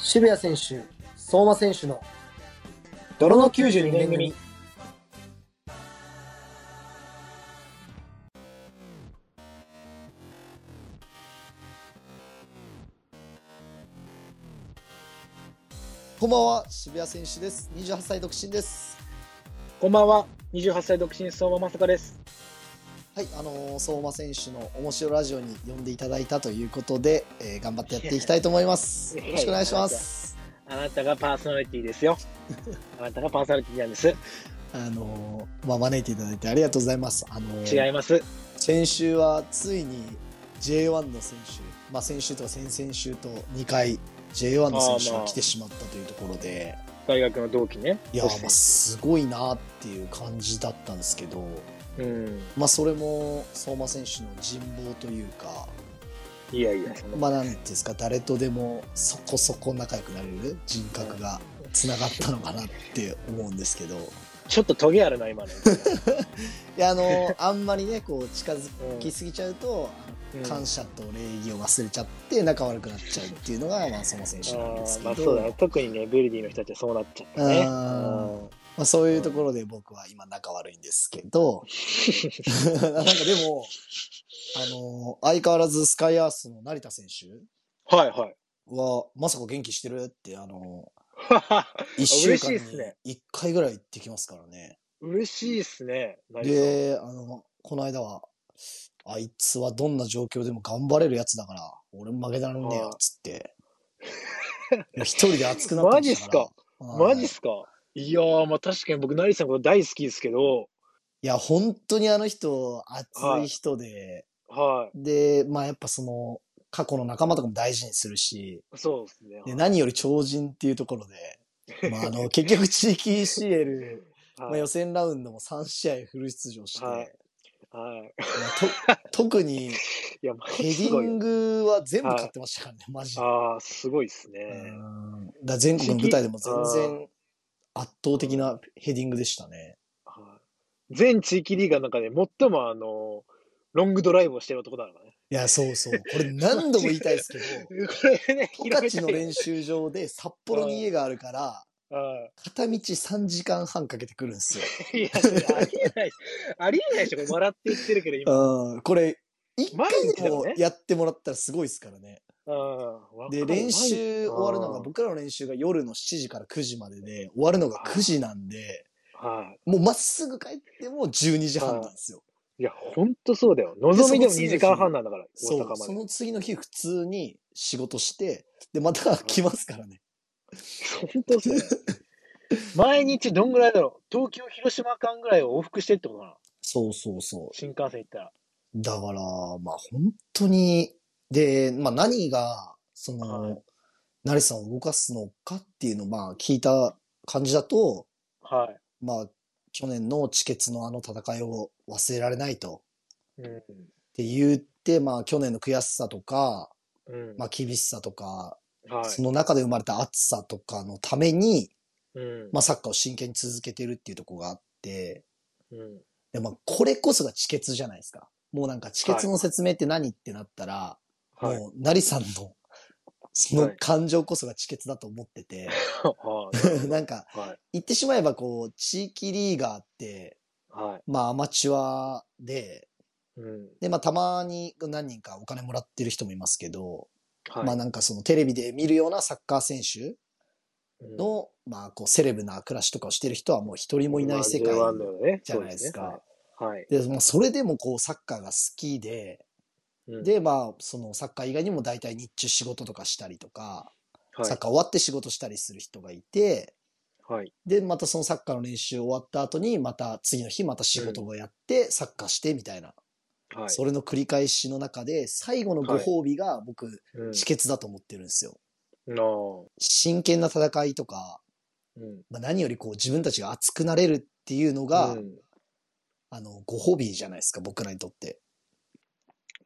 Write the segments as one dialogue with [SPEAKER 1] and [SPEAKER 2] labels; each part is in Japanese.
[SPEAKER 1] 渋谷選手、相馬選手の
[SPEAKER 2] 泥の92年組。
[SPEAKER 3] こんばんは、渋谷選手です。28歳独身です。
[SPEAKER 2] こんばんは。28歳独身相馬まさかです。
[SPEAKER 3] はい、あのー相馬選手の面白ラジオに呼んでいただいたということで、えー頑張ってやっていきたいと思います。
[SPEAKER 2] いや
[SPEAKER 3] よろしくお願いします。
[SPEAKER 2] あなたがパーソナリテ ィですよ。あなたがパーソナリティなんです。
[SPEAKER 3] あのーまあ、招いていただいてありがとうございます。あのー
[SPEAKER 2] 違います。
[SPEAKER 3] 先週はついに J1 の選手、まあ、先週とか先々週と2回 J1 の選手
[SPEAKER 2] あーま
[SPEAKER 3] が
[SPEAKER 2] あ
[SPEAKER 3] 来てしまったというところで、
[SPEAKER 2] 大学の同期ね。
[SPEAKER 3] いや
[SPEAKER 2] そ
[SPEAKER 3] ー、
[SPEAKER 2] して
[SPEAKER 3] まあ、すごいなっていう感じだったんですけど、
[SPEAKER 2] うん。
[SPEAKER 3] まあ、それも相馬選手の人望というか、
[SPEAKER 2] いやいや、その
[SPEAKER 3] まあ、なんていうんですか、誰とでもそこそこ仲良くなれる人格がつながったのかなって思うんですけど、い
[SPEAKER 2] ちょっとトゲあるな、今の。
[SPEAKER 3] や、あのー、あんまりね、こう、近づき
[SPEAKER 2] う
[SPEAKER 3] すぎちゃうと、
[SPEAKER 2] ん
[SPEAKER 3] 感謝と礼儀を忘れちゃって仲悪くなっちゃうっていうの が、まあ、その選手なん
[SPEAKER 2] あ
[SPEAKER 3] です
[SPEAKER 2] ー
[SPEAKER 3] け
[SPEAKER 2] まあ
[SPEAKER 3] ど、
[SPEAKER 2] そうだね特にねベルディの人たちはそうなっちゃったね
[SPEAKER 3] あーまあ、そういうところで僕は今仲悪いんですけど、 なんかでも、あのー相変わらずスカイアースの成田選手
[SPEAKER 2] うんはいはい
[SPEAKER 3] は、まさか元気してるって、あのー、1週
[SPEAKER 2] 嬉
[SPEAKER 3] 間
[SPEAKER 2] しい
[SPEAKER 3] に
[SPEAKER 2] っすね
[SPEAKER 3] 1回ぐらい行ってきますからね。
[SPEAKER 2] 嬉しいっすね成田さん
[SPEAKER 3] で、あの、この間は、あいつはどんな状況でも頑張れるやつだから、俺も負けたらねえよ
[SPEAKER 2] あ、ー
[SPEAKER 3] つって。いや一人で熱くなってましたから。
[SPEAKER 2] マジっ
[SPEAKER 3] っ
[SPEAKER 2] すかいやーまあ確かに僕成田さんのこと大好きですけど
[SPEAKER 3] いや、本当にあの人、熱い人で、
[SPEAKER 2] は
[SPEAKER 3] で、まあやっぱその、過去の仲間とかも大事にするし、
[SPEAKER 2] いそうですね
[SPEAKER 3] で何より超人っていうところで、まああ の、結局地域 CL、ま
[SPEAKER 2] は
[SPEAKER 3] あ、
[SPEAKER 2] い
[SPEAKER 3] 予選ラウンドも3試合フル出場して、
[SPEAKER 2] はいはい
[SPEAKER 3] まあと特に
[SPEAKER 2] いやマ
[SPEAKER 3] ヘデ
[SPEAKER 2] ジ す
[SPEAKER 3] ィ
[SPEAKER 2] ごい
[SPEAKER 3] ン
[SPEAKER 2] よ
[SPEAKER 3] グは全部買ってましたからね、マジで。
[SPEAKER 2] ああすごいっすね
[SPEAKER 3] うんだから全国の舞台でも全然圧倒的なヘディングでしたね。
[SPEAKER 2] はい全地域リーガーの中で最もあのロングドライブをしてる男だからね
[SPEAKER 3] いや、そうそう。これ何度も言いたいですけど、
[SPEAKER 2] これね
[SPEAKER 3] 十勝の
[SPEAKER 2] 広めたい
[SPEAKER 3] 練習場で札幌に家があるから、
[SPEAKER 2] はい
[SPEAKER 3] 片道3時間半かけてくるん ですよ。
[SPEAKER 2] いや、それありえない。ありえないでしょ、これ笑って言ってるけど、今。
[SPEAKER 3] うん、これ、一回でも
[SPEAKER 2] 毎日だよね
[SPEAKER 3] やってもらったらすごいですからね。
[SPEAKER 2] うん
[SPEAKER 3] で、練習終わるのが、、
[SPEAKER 2] わか
[SPEAKER 3] 僕らの練習が夜の7時から9時までで、終わるのが9時なんで、
[SPEAKER 2] るうんはい。
[SPEAKER 3] もうまっすぐ帰っても12時半なんですよ。
[SPEAKER 2] いや、ほんとそうだよ。望みでも
[SPEAKER 3] その次の日
[SPEAKER 2] 2時間半なんだから、大
[SPEAKER 3] そう、そ
[SPEAKER 2] 阪まで。
[SPEAKER 3] の次の日普通に仕事して、で、また来ますからね。
[SPEAKER 2] ほんとそうだよ。毎日どんぐらいだろう東京、広島間ぐらいを往復してってことかな
[SPEAKER 3] そうそうそう。
[SPEAKER 2] 新幹線行ったら。
[SPEAKER 3] だから、まあ本当に、で、まあ何が、その、
[SPEAKER 2] はい
[SPEAKER 3] 成瀬さんを動かすのかっていうのを、まあ聞いた感じだと、
[SPEAKER 2] は
[SPEAKER 3] まあ去年の地決のあの戦いを忘れられないと。
[SPEAKER 2] い。うん。
[SPEAKER 3] って言って、まあ去年の悔しさとか、
[SPEAKER 2] うん。
[SPEAKER 3] まあ厳しさとか、
[SPEAKER 2] は
[SPEAKER 3] そ
[SPEAKER 2] い。
[SPEAKER 3] の中で生まれた熱さとかのために、
[SPEAKER 2] うん。
[SPEAKER 3] まあ、サッカーを真剣に続けてるっていうところがあって、
[SPEAKER 2] うん。
[SPEAKER 3] でまあ、これこそが地決じゃないですか。もうなんか地決の説明って何、ってなったら、
[SPEAKER 2] はい。
[SPEAKER 3] もう、成さんの、その感情こそが地決だと思って て、
[SPEAKER 2] はい。
[SPEAKER 3] なんか、
[SPEAKER 2] はい。
[SPEAKER 3] 言ってしまえばこう、地域リーガーって、
[SPEAKER 2] はい。
[SPEAKER 3] まあ、アマチュアで、
[SPEAKER 2] うん。
[SPEAKER 3] で、まあ、たまに何人かお金もらってる人もいますけど、
[SPEAKER 2] はい。
[SPEAKER 3] まあ、なんかそのテレビで見るようなサッカー選手
[SPEAKER 2] うん、
[SPEAKER 3] の、まあ、こう、セレブな暮らしとかをしてる人はもう一人もいない世界
[SPEAKER 2] まあ J1 のね
[SPEAKER 3] じゃないですか。
[SPEAKER 2] そうねはい。
[SPEAKER 3] で、まあ、それでもこうサッカーが好きで、
[SPEAKER 2] うん、
[SPEAKER 3] で、まあ、そのサッカー以外にも大体日中仕事とかしたりとか、
[SPEAKER 2] はい
[SPEAKER 3] サッカー終わって仕事したりする人がいて、
[SPEAKER 2] はい。
[SPEAKER 3] で、またそのサッカーの練習終わった後に、また次の日また仕事をやって、サッカーしてみたいな、
[SPEAKER 2] はい。
[SPEAKER 3] それの繰り返しの中で、最後のご褒美が僕、
[SPEAKER 2] うん
[SPEAKER 3] 止血だと思ってるんですよ。
[SPEAKER 2] なあ
[SPEAKER 3] 真剣な戦いとか、
[SPEAKER 2] うん
[SPEAKER 3] まあ、何よりこう自分たちが熱くなれるっていうのが、
[SPEAKER 2] うん
[SPEAKER 3] あの、ご褒美じゃないですか、僕らにとって。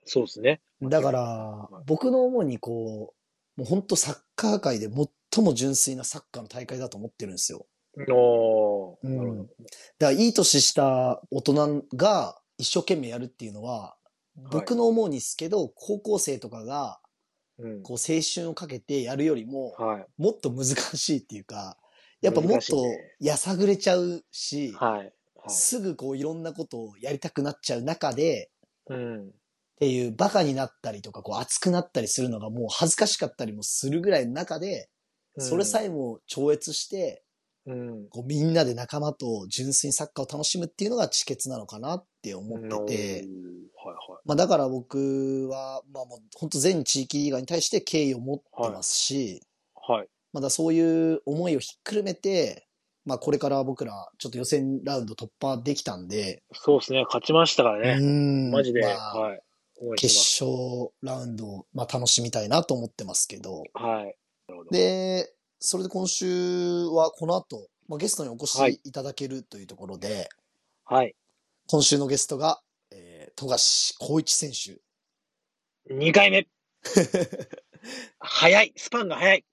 [SPEAKER 2] そうですね。
[SPEAKER 3] だから
[SPEAKER 2] はい、
[SPEAKER 3] 僕の思うにこう、もう本当サッカー界で最も純粋なサッカーの大会だと思ってるんですよ。
[SPEAKER 2] おー。
[SPEAKER 3] うん
[SPEAKER 2] なるほど
[SPEAKER 3] だからいい年した大人が一生懸命やるっていうのは、僕の思うにですけど、高校生とかが
[SPEAKER 2] うん。
[SPEAKER 3] こう青春をかけてやるよりも、
[SPEAKER 2] はい。
[SPEAKER 3] もっと難しいっていうか、やっぱもっ
[SPEAKER 2] 難しい
[SPEAKER 3] と
[SPEAKER 2] ね
[SPEAKER 3] やさぐれちゃうし、
[SPEAKER 2] はい。はい。
[SPEAKER 3] すぐこういろんなことをやりたくなっちゃう中で、
[SPEAKER 2] うん。
[SPEAKER 3] っていうバカになったりとか、こう熱くなったりするのがもう恥ずかしかったりもするぐらいの中で、それさえも超越して、
[SPEAKER 2] うん。
[SPEAKER 3] こうみんなで仲間と純粋にサッカーを楽しむっていうのが知決なのかなって思ってて、
[SPEAKER 2] うん。はいはい。
[SPEAKER 3] まあだから僕は、まあもう本当全地域リーガーに対して敬意を持ってますし、
[SPEAKER 2] はい。
[SPEAKER 3] まだそういう思いをひっくるめて、まあこれから僕らちょっと予選ラウンド突破できたんで、
[SPEAKER 2] そうですね。勝ちましたから
[SPEAKER 3] う
[SPEAKER 2] ね。
[SPEAKER 3] ん
[SPEAKER 2] マジで。
[SPEAKER 3] まあ
[SPEAKER 2] はい。応援
[SPEAKER 3] 決
[SPEAKER 2] し
[SPEAKER 3] 勝ラウンドを、まあ、楽しみたいなと思ってますけど。
[SPEAKER 2] ます。はい。
[SPEAKER 3] で、それで今週はこの後、まあ、ゲストにお越
[SPEAKER 2] はい
[SPEAKER 3] しいただけるというところで、
[SPEAKER 2] はい。
[SPEAKER 3] 今週のゲストが、えー、富樫光一選手。
[SPEAKER 2] 2 回目。早い。スパンが早い。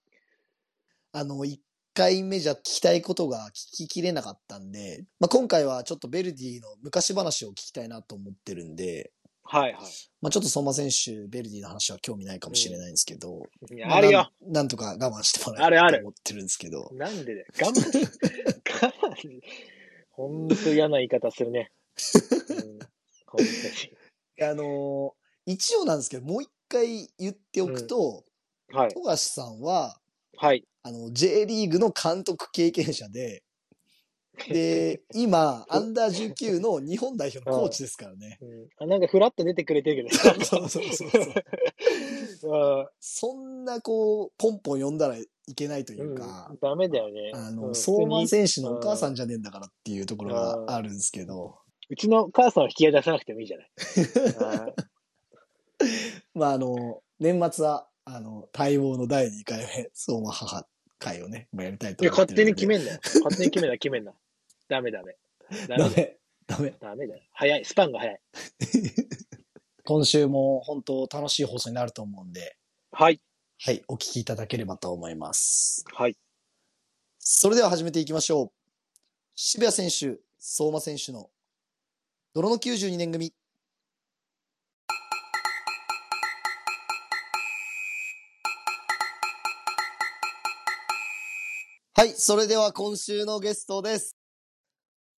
[SPEAKER 3] あの、1回目じゃ聞きたいことが聞ききれなかったんで、まあ、今回はちょっとベルディの昔話を聞きたいなと思ってるんで、
[SPEAKER 2] はいは
[SPEAKER 3] まあ、ちょっと相馬選手、ベルディの話は興味ないかもしれないんですけど、
[SPEAKER 2] い。いや
[SPEAKER 3] ま
[SPEAKER 2] あるよ。
[SPEAKER 3] なん。なんとか我慢してもらえ
[SPEAKER 2] あ
[SPEAKER 3] ば
[SPEAKER 2] る
[SPEAKER 3] と
[SPEAKER 2] ある
[SPEAKER 3] 思ってるんですけど。
[SPEAKER 2] なんでだよ。我慢。我慢。ほんと嫌な言い方するね。うんほんとに
[SPEAKER 3] あのー一応なんですけど、もう一回言っておくと、
[SPEAKER 2] はい。
[SPEAKER 3] 富樫さんは、
[SPEAKER 2] はい。
[SPEAKER 3] あの、J リーグの監督経験者 で、で、今、アンダー19の日本代表のコーチですからね。
[SPEAKER 2] うんあなんかフラッと出てくれてる け
[SPEAKER 3] そう
[SPEAKER 2] ど。
[SPEAKER 3] そうそうそう。
[SPEAKER 2] うん
[SPEAKER 3] そんな、こう、ポンポン呼んだらいけないというか
[SPEAKER 2] うん、ダメだよね。
[SPEAKER 3] あ
[SPEAKER 2] う
[SPEAKER 3] の、
[SPEAKER 2] ん
[SPEAKER 3] 相馬選手のお母さ
[SPEAKER 2] うん
[SPEAKER 3] じゃねえんだからっていうところがあるんですけど、
[SPEAKER 2] うちの母さんは引き合い出さなくてもいいじ ゃない。うん
[SPEAKER 3] まあ、あの、年末は、あの、待望の第2回目、相馬母会をね、まあやりたいと
[SPEAKER 2] いや、
[SPEAKER 3] 思っ
[SPEAKER 2] 勝
[SPEAKER 3] て
[SPEAKER 2] 手
[SPEAKER 3] るんで。
[SPEAKER 2] に決めんなよ。勝手に決めんな、決めんな。ダメダメ。ダメ
[SPEAKER 3] ダ
[SPEAKER 2] だよ。
[SPEAKER 3] メ。ダメ。
[SPEAKER 2] ダメだよ。早い。スパンが早い。
[SPEAKER 3] 今週も本当楽しい放送になると思うんで、
[SPEAKER 2] はい。
[SPEAKER 3] はい、お聞きいただければと思います。
[SPEAKER 2] はい。
[SPEAKER 3] それでは始めていきましょう。渋谷選手、相馬選手の泥の92年組。はい、それでは今週のゲストです。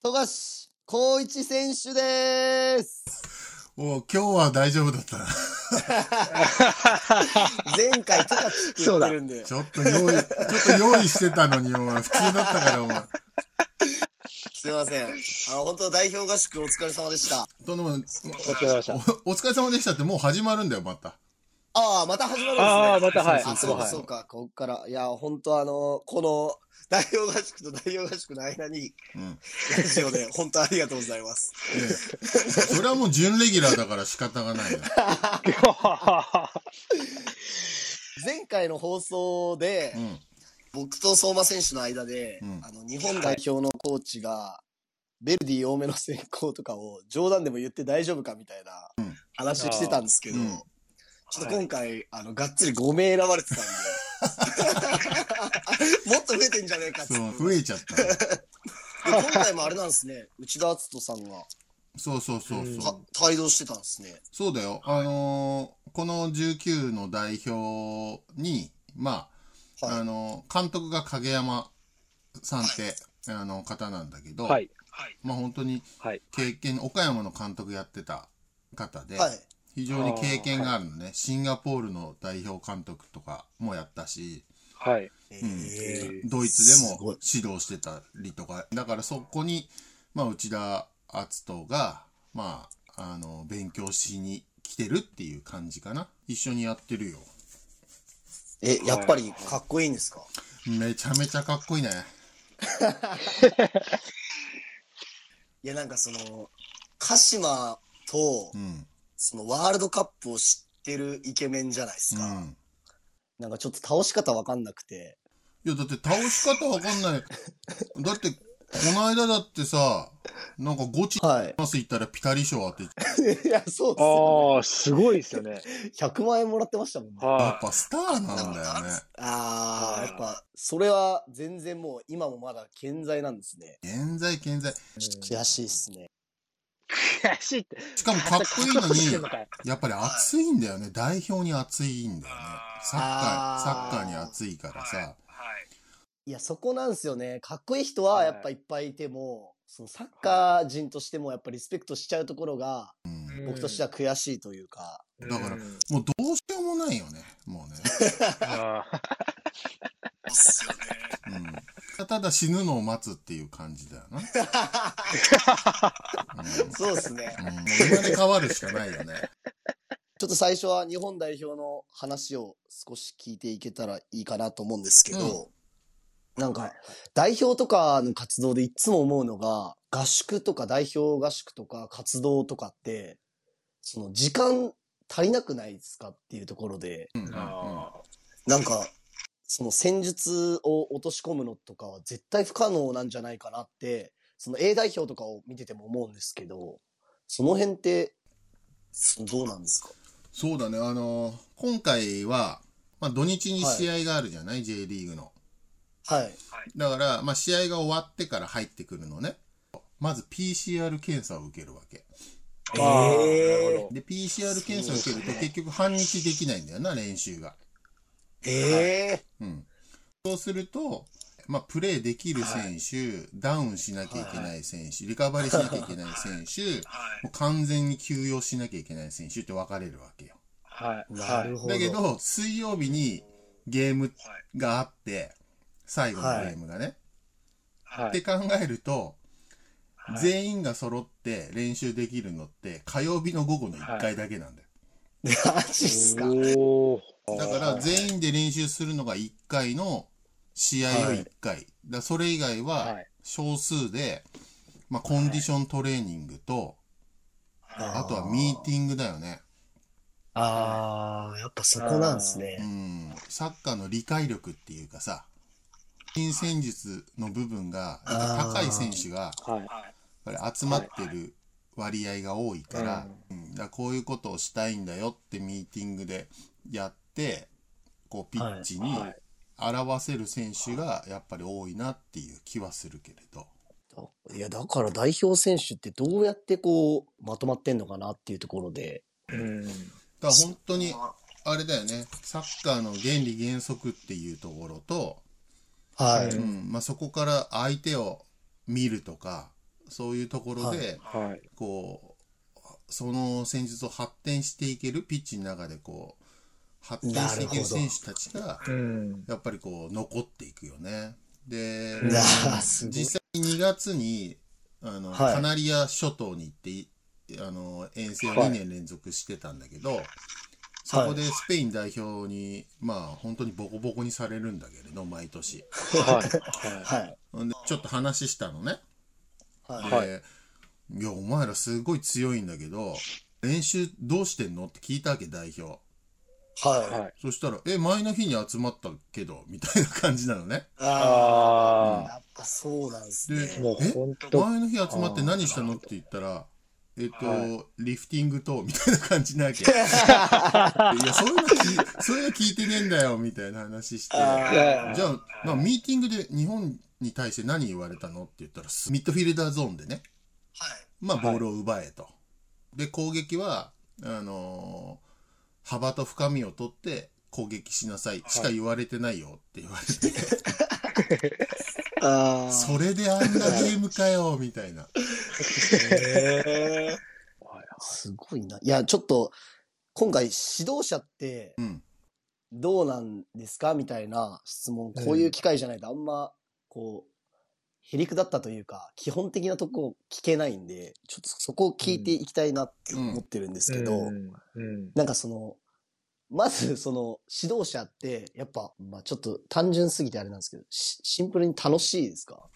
[SPEAKER 3] 富樫光一選手です。
[SPEAKER 4] お今日は大丈夫だったな。
[SPEAKER 3] 前回富樫って言って るんで。
[SPEAKER 4] ちょっと用意、ちょっと用意してたのに、お前、普通だったから、お前。
[SPEAKER 3] すいません。あの、本当代表合宿お疲れ様でした。
[SPEAKER 4] とんでもない
[SPEAKER 2] お疲れ様 でした。
[SPEAKER 4] おお疲れ様でしたって、もう始まるんだよ、また。
[SPEAKER 3] ああ、また始まるんですね。
[SPEAKER 2] ああ、またはい。
[SPEAKER 3] あ、そうか、
[SPEAKER 2] はい
[SPEAKER 3] そうか、ここから。いや、本当あの、この、代表合宿と代表合宿の間に、
[SPEAKER 4] うん。
[SPEAKER 3] ラジオ で、本当ありがとうございます。
[SPEAKER 4] ええそれはもう準レギュラーだから仕方がないよ。
[SPEAKER 3] 前回の放送で
[SPEAKER 4] う、ん。
[SPEAKER 3] 僕と相馬選手の間で、
[SPEAKER 4] うん
[SPEAKER 3] あの、日本代表のコーチが、ベルディ多めの選考とかを冗談でも言って大丈夫かみたいな
[SPEAKER 4] うん
[SPEAKER 3] 話をしてたんですけど、
[SPEAKER 4] うん
[SPEAKER 3] ちょっと今回、あの、がっつり5名選ばれてたん で、もっと増えてんじゃねえかっつって
[SPEAKER 4] そう、増えちゃったよ。
[SPEAKER 3] で今回もあれなんですね、内田篤人さんが
[SPEAKER 4] そうそうそう
[SPEAKER 2] うん
[SPEAKER 4] そう。
[SPEAKER 3] た帯同してたんですね。
[SPEAKER 4] そうだよ。あのーこの19の代表に、まあ、
[SPEAKER 3] はい
[SPEAKER 4] あのー監督が影山さんって、あの、方なんだけど、
[SPEAKER 2] はい。
[SPEAKER 4] まあ本当に
[SPEAKER 2] はい
[SPEAKER 4] 経験、岡山の監督やってた方で、
[SPEAKER 3] はい。
[SPEAKER 4] 非常に経験があるのね、シンガポールの代表監督とかもやったし、
[SPEAKER 2] はい。
[SPEAKER 3] えー
[SPEAKER 4] ドイツです
[SPEAKER 3] ご
[SPEAKER 4] も
[SPEAKER 3] い
[SPEAKER 4] 指導してたりとか、だからそこに、まあ、内田篤人が、まあ、あの、勉強しに来てるっていう感じかな。一緒にやってるよ。
[SPEAKER 3] え、やっぱりかっこいいんですか
[SPEAKER 4] めちゃめちゃかっこいいね。
[SPEAKER 3] いや、なんかその、鹿島と
[SPEAKER 4] う、ん。
[SPEAKER 3] そのワールドカップを知ってるイケメンじゃないです
[SPEAKER 4] う
[SPEAKER 3] か。
[SPEAKER 4] ん。
[SPEAKER 3] なんかちょっと倒し方わかんなくて。
[SPEAKER 4] いや、だって倒し方わかんない。だって、の間だってさ、なんかゴチ
[SPEAKER 3] は
[SPEAKER 4] マス行ったらピタリ賞当て、
[SPEAKER 3] い。いや、そうっすよ
[SPEAKER 2] ああ、すごいですよね。
[SPEAKER 3] ね。100万円もらってましたもんね。
[SPEAKER 4] やっ
[SPEAKER 2] は
[SPEAKER 4] ぱスターなんだよね。
[SPEAKER 3] ああ、やっぱ、それは全然もう今もまだ健在なんですね。
[SPEAKER 4] 健在健在。
[SPEAKER 2] い。
[SPEAKER 3] 悔しいっすね。
[SPEAKER 2] うん悔しいって。
[SPEAKER 4] しかもかっこいいのに、
[SPEAKER 2] 勝ったかい
[SPEAKER 4] やっぱり熱いんだよね。代表に熱いんだよね。サッカ
[SPEAKER 3] あ
[SPEAKER 4] ー、
[SPEAKER 3] ー
[SPEAKER 4] サッカーに熱いからさ。
[SPEAKER 3] いや、そこなんですよね。かっこいい人はやっぱいっぱいいても、そのサッカー人としてもやっぱリスペクトしちゃうところが、
[SPEAKER 4] うん
[SPEAKER 3] 僕としては悔しいというか。
[SPEAKER 4] だからもうどうしようもないよね。もうね。
[SPEAKER 2] ら、あ
[SPEAKER 4] うん、 ただ死ぬのを待つっていう感じだよな。うん
[SPEAKER 3] そうですね。
[SPEAKER 4] うん、もう生まれ変わるしかないよね。
[SPEAKER 3] ちょっと最初は日本代表の話を少し聞いていけたらいいかなと思うんですけど、なんか、代表とかの活動でいつも思うのが、合宿とか代表合宿とか活動とかって、その時間足りなくないですかっていうところで、
[SPEAKER 4] うんうんうん
[SPEAKER 2] あ
[SPEAKER 3] なんか、その戦術を落とし込むのとかは絶対不可能なんじゃないかなって、その A 代表とかを見てても思うんですけど、その辺って、どうなんですか
[SPEAKER 4] そうだね、あのー今回は、まあ、土日に試合があるじゃない、J リーグの。
[SPEAKER 3] はい。
[SPEAKER 4] だから、まあ、試合が終わってから入ってくるのね。まず PCR 検査を受けるわけ。
[SPEAKER 2] ーあー、
[SPEAKER 3] えー
[SPEAKER 2] なるほ
[SPEAKER 4] で、PCR 検査を受け
[SPEAKER 3] そ
[SPEAKER 4] る
[SPEAKER 3] う
[SPEAKER 4] と
[SPEAKER 3] ですね
[SPEAKER 4] 結局半日できないんだよな、練習が。
[SPEAKER 3] ええ
[SPEAKER 4] うん。そうすると、まあ、プレーできる選手、ダウンしなきゃいけない選手、リカバリーしなきゃいけない選手、もう完全に休養しなきゃいけない選手って分かれるわけよ。
[SPEAKER 2] ど。はい。
[SPEAKER 3] なるほど。
[SPEAKER 4] だけど、水曜日にゲームがあって、最後のゲームがね。
[SPEAKER 2] は
[SPEAKER 4] って
[SPEAKER 2] い。
[SPEAKER 4] 考えると、
[SPEAKER 2] はい
[SPEAKER 4] 全員が揃って練習できるのって、火曜日の午後の1回だけなんだよ。
[SPEAKER 3] マジっすか。
[SPEAKER 2] おー
[SPEAKER 4] だから、全員で練習するのが1回の試合を1回。だからそれ以外は
[SPEAKER 2] はい、
[SPEAKER 4] 少数で、まあ、コンディショントレーニングと、
[SPEAKER 3] あ
[SPEAKER 4] あとはミーティングだよね。
[SPEAKER 3] ああ、やっぱそこなんです
[SPEAKER 4] う
[SPEAKER 3] ね。
[SPEAKER 4] ん、サッカーの理解力っていうかさ、新戦術の部分が、やっぱ高い選手が
[SPEAKER 2] はい。
[SPEAKER 4] やっぱり集まってる割合が多いから、うんだからこういうことをしたいんだよってミーティングでやって、こうピッチに
[SPEAKER 2] はい
[SPEAKER 4] 表せる選手がやっぱり多いなっていう気はするけれど。
[SPEAKER 3] いや、だから代表選手ってどうやってこう、まとまってんのかなっていうところで。
[SPEAKER 2] うん。
[SPEAKER 4] だから本当に、あれだよね、サッカーの原理原則っていうところと、
[SPEAKER 3] は
[SPEAKER 2] う
[SPEAKER 3] い。
[SPEAKER 4] うんまあ、そこから相手を見るとかそういうところで、
[SPEAKER 3] は
[SPEAKER 2] はい。
[SPEAKER 4] こうその戦術を発展していけるピッチの中でこう発展していける
[SPEAKER 3] なるほど
[SPEAKER 4] 選手たちが
[SPEAKER 2] うん。
[SPEAKER 4] やっぱりこう残っていくよね。で
[SPEAKER 2] うん
[SPEAKER 3] なあ、すごい。
[SPEAKER 4] 実際2月にあの、
[SPEAKER 3] はい
[SPEAKER 4] カナリア諸島に行っていあの遠征を2年連続してたんだけど、そこでスペイン代表に、まあ本当にボコボコにされるんだけれど毎年。
[SPEAKER 2] はい。
[SPEAKER 3] はい。
[SPEAKER 4] ほんでちょっと話したのね。
[SPEAKER 3] はい。
[SPEAKER 4] で、
[SPEAKER 2] はい
[SPEAKER 4] い、や、お前らすごい強いんだけど、練習どうしてんのって聞いたわけ、代表。
[SPEAKER 3] はい。
[SPEAKER 2] はい。
[SPEAKER 4] そしたら、え、前の日に集まったけど、みたいな感じなのね。
[SPEAKER 3] ああ、
[SPEAKER 2] あ
[SPEAKER 3] やっぱそうなんです
[SPEAKER 4] で
[SPEAKER 3] ね。、
[SPEAKER 2] もう
[SPEAKER 4] え
[SPEAKER 2] 本当
[SPEAKER 4] 前の日集まって何したのって言ったら、えっと、
[SPEAKER 2] は
[SPEAKER 4] リフティングと、みたいな感じなわけ。いや、そういうの聞い、そういうの聞いてねえんだよ、みたいな話して。
[SPEAKER 3] あ
[SPEAKER 2] あ。
[SPEAKER 3] ー
[SPEAKER 2] いやい
[SPEAKER 4] じ
[SPEAKER 2] や
[SPEAKER 4] ゃあ、まあ、ミーティングで日本に対して何言われたのって言ったら、すミッドフィルダーゾーンでね、まあ、ボールを奪えと。で、攻撃は、あのー幅と深みを取って攻撃しなさいしか言われてないよって言われて、
[SPEAKER 3] ああ。
[SPEAKER 4] それであんなゲームかよ、みたいな。
[SPEAKER 3] すごいな。いや、ちょっと、今回指導者って
[SPEAKER 4] うん。
[SPEAKER 3] どうなんですかみたいな質問、こういう機会じゃないとあんま、こう、へりくだったというか、基本的なとこ聞けないんで、ちょっとそこを聞いていきたいなって思ってるんですけど、
[SPEAKER 2] うん。うん
[SPEAKER 3] なんかその、まずその指導者って、やっぱ、まあちょっと単純すぎてあれなんですけど、しシンプルに楽しいです か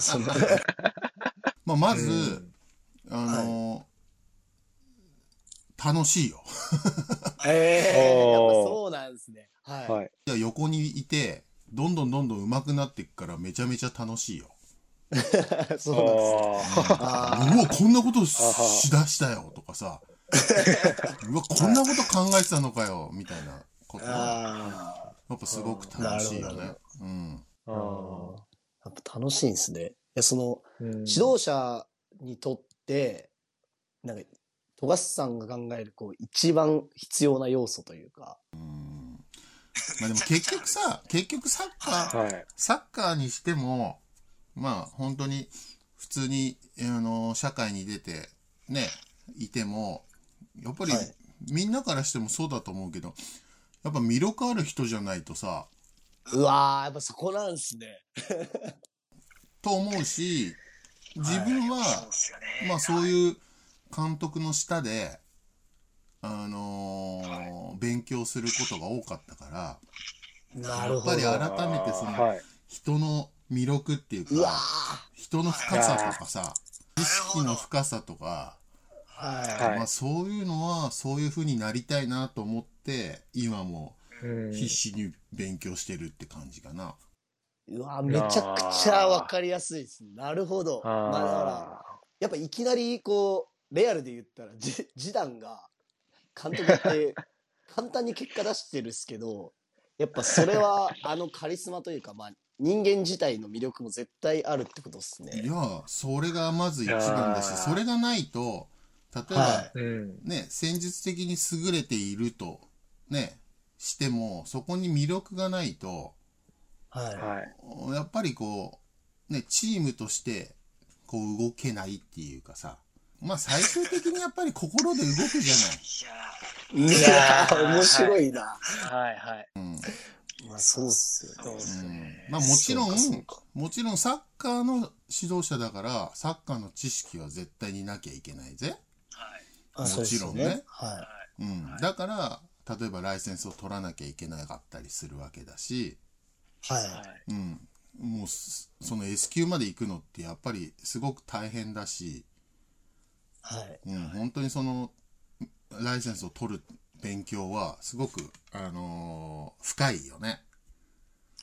[SPEAKER 3] その
[SPEAKER 4] まあ、まず、
[SPEAKER 2] うん
[SPEAKER 4] あのー楽しいよ。
[SPEAKER 3] ええ
[SPEAKER 2] おー
[SPEAKER 3] やっぱそうなんですね。はい。
[SPEAKER 2] はい。
[SPEAKER 4] いや横にいて、どんどんどんどん上手くなっていくからめちゃめちゃ楽しいよ。
[SPEAKER 3] そうなんです。
[SPEAKER 4] う
[SPEAKER 3] あ
[SPEAKER 4] わ、こんなことしだしたよと かさ、うわ、こんなこと考えてたのかよみたいなこと、や
[SPEAKER 3] あ。
[SPEAKER 4] っぱすごく楽しいよ
[SPEAKER 3] な
[SPEAKER 4] ね
[SPEAKER 3] る。
[SPEAKER 4] うん。
[SPEAKER 2] あー
[SPEAKER 3] やっぱ楽しいんですね。いや、その、
[SPEAKER 2] うん
[SPEAKER 3] 指導者にとって、なんか、富樫さんが考える、こう、一番必要な要素というか。
[SPEAKER 4] うんまあでも結局さ、結局サッカー、
[SPEAKER 2] はい。
[SPEAKER 4] サッカーにしても、まあ本当に普通に、あの、社会に出て、ね、いても、やっぱり、
[SPEAKER 3] はい
[SPEAKER 4] みんなからしてもそうだと思うけど、やっぱ魅力ある人じゃないとさ、
[SPEAKER 3] うわー、やっぱそこなんですね。
[SPEAKER 4] と思うし、自分は、
[SPEAKER 5] すよね。
[SPEAKER 4] まあそういう監督の下で、あのー勉強することが多かったから、
[SPEAKER 3] なる
[SPEAKER 4] ほどやっぱり改めてその
[SPEAKER 2] はい。
[SPEAKER 4] 人の魅力っていう
[SPEAKER 3] うわー。
[SPEAKER 4] か、人の深さとかさ、意識の深さとか、
[SPEAKER 3] は
[SPEAKER 2] はい
[SPEAKER 4] まあ、そういうのはそういう風になりたいなと思って今も
[SPEAKER 2] うん
[SPEAKER 4] 必死に勉強してるって感じかな。
[SPEAKER 3] い。うわー、めちゃくちゃわかりやすいですね。なるほど。
[SPEAKER 2] あー
[SPEAKER 3] まあだから、やっぱいきなりこう、レアルで言ったら、ジジダンが監督 って簡単に結果出してるっすけど、やっぱそれはあのカリスマというか、まあ人間自体の魅力も絶対あるってことっす
[SPEAKER 4] い
[SPEAKER 3] ね。
[SPEAKER 4] やそれがまず一番だし
[SPEAKER 2] あー
[SPEAKER 4] それがないと例えば、
[SPEAKER 3] は
[SPEAKER 2] うん。
[SPEAKER 4] ね戦術的に優れているとねしてもそこに魅力がないと
[SPEAKER 3] は
[SPEAKER 2] はい。
[SPEAKER 4] やっぱりこうねチームとしてこう動けないっていうかさまあ最終的にやっぱり心で動くじゃ ない。
[SPEAKER 5] いや
[SPEAKER 3] い。いやー、面白いな。
[SPEAKER 2] はいはい。
[SPEAKER 3] まあそうっすよね。
[SPEAKER 2] そうですね。
[SPEAKER 4] まあもちろん
[SPEAKER 3] そうかそうか
[SPEAKER 4] もちろんサッカーの指導者だからサッカーの知識は絶対になきゃいけないぜ。
[SPEAKER 3] あそうですよ
[SPEAKER 4] もちろんね
[SPEAKER 3] は
[SPEAKER 4] うん、だから例えばライセンスを取らなきゃいけなかったりするわけだし、
[SPEAKER 3] い。は
[SPEAKER 4] うん、もうすその S 級まで行くのってやっぱりすごく大変だし、
[SPEAKER 3] い。はい。
[SPEAKER 4] うん、本当にそのライセンスを取る勉強はすごく、あのー深いよね。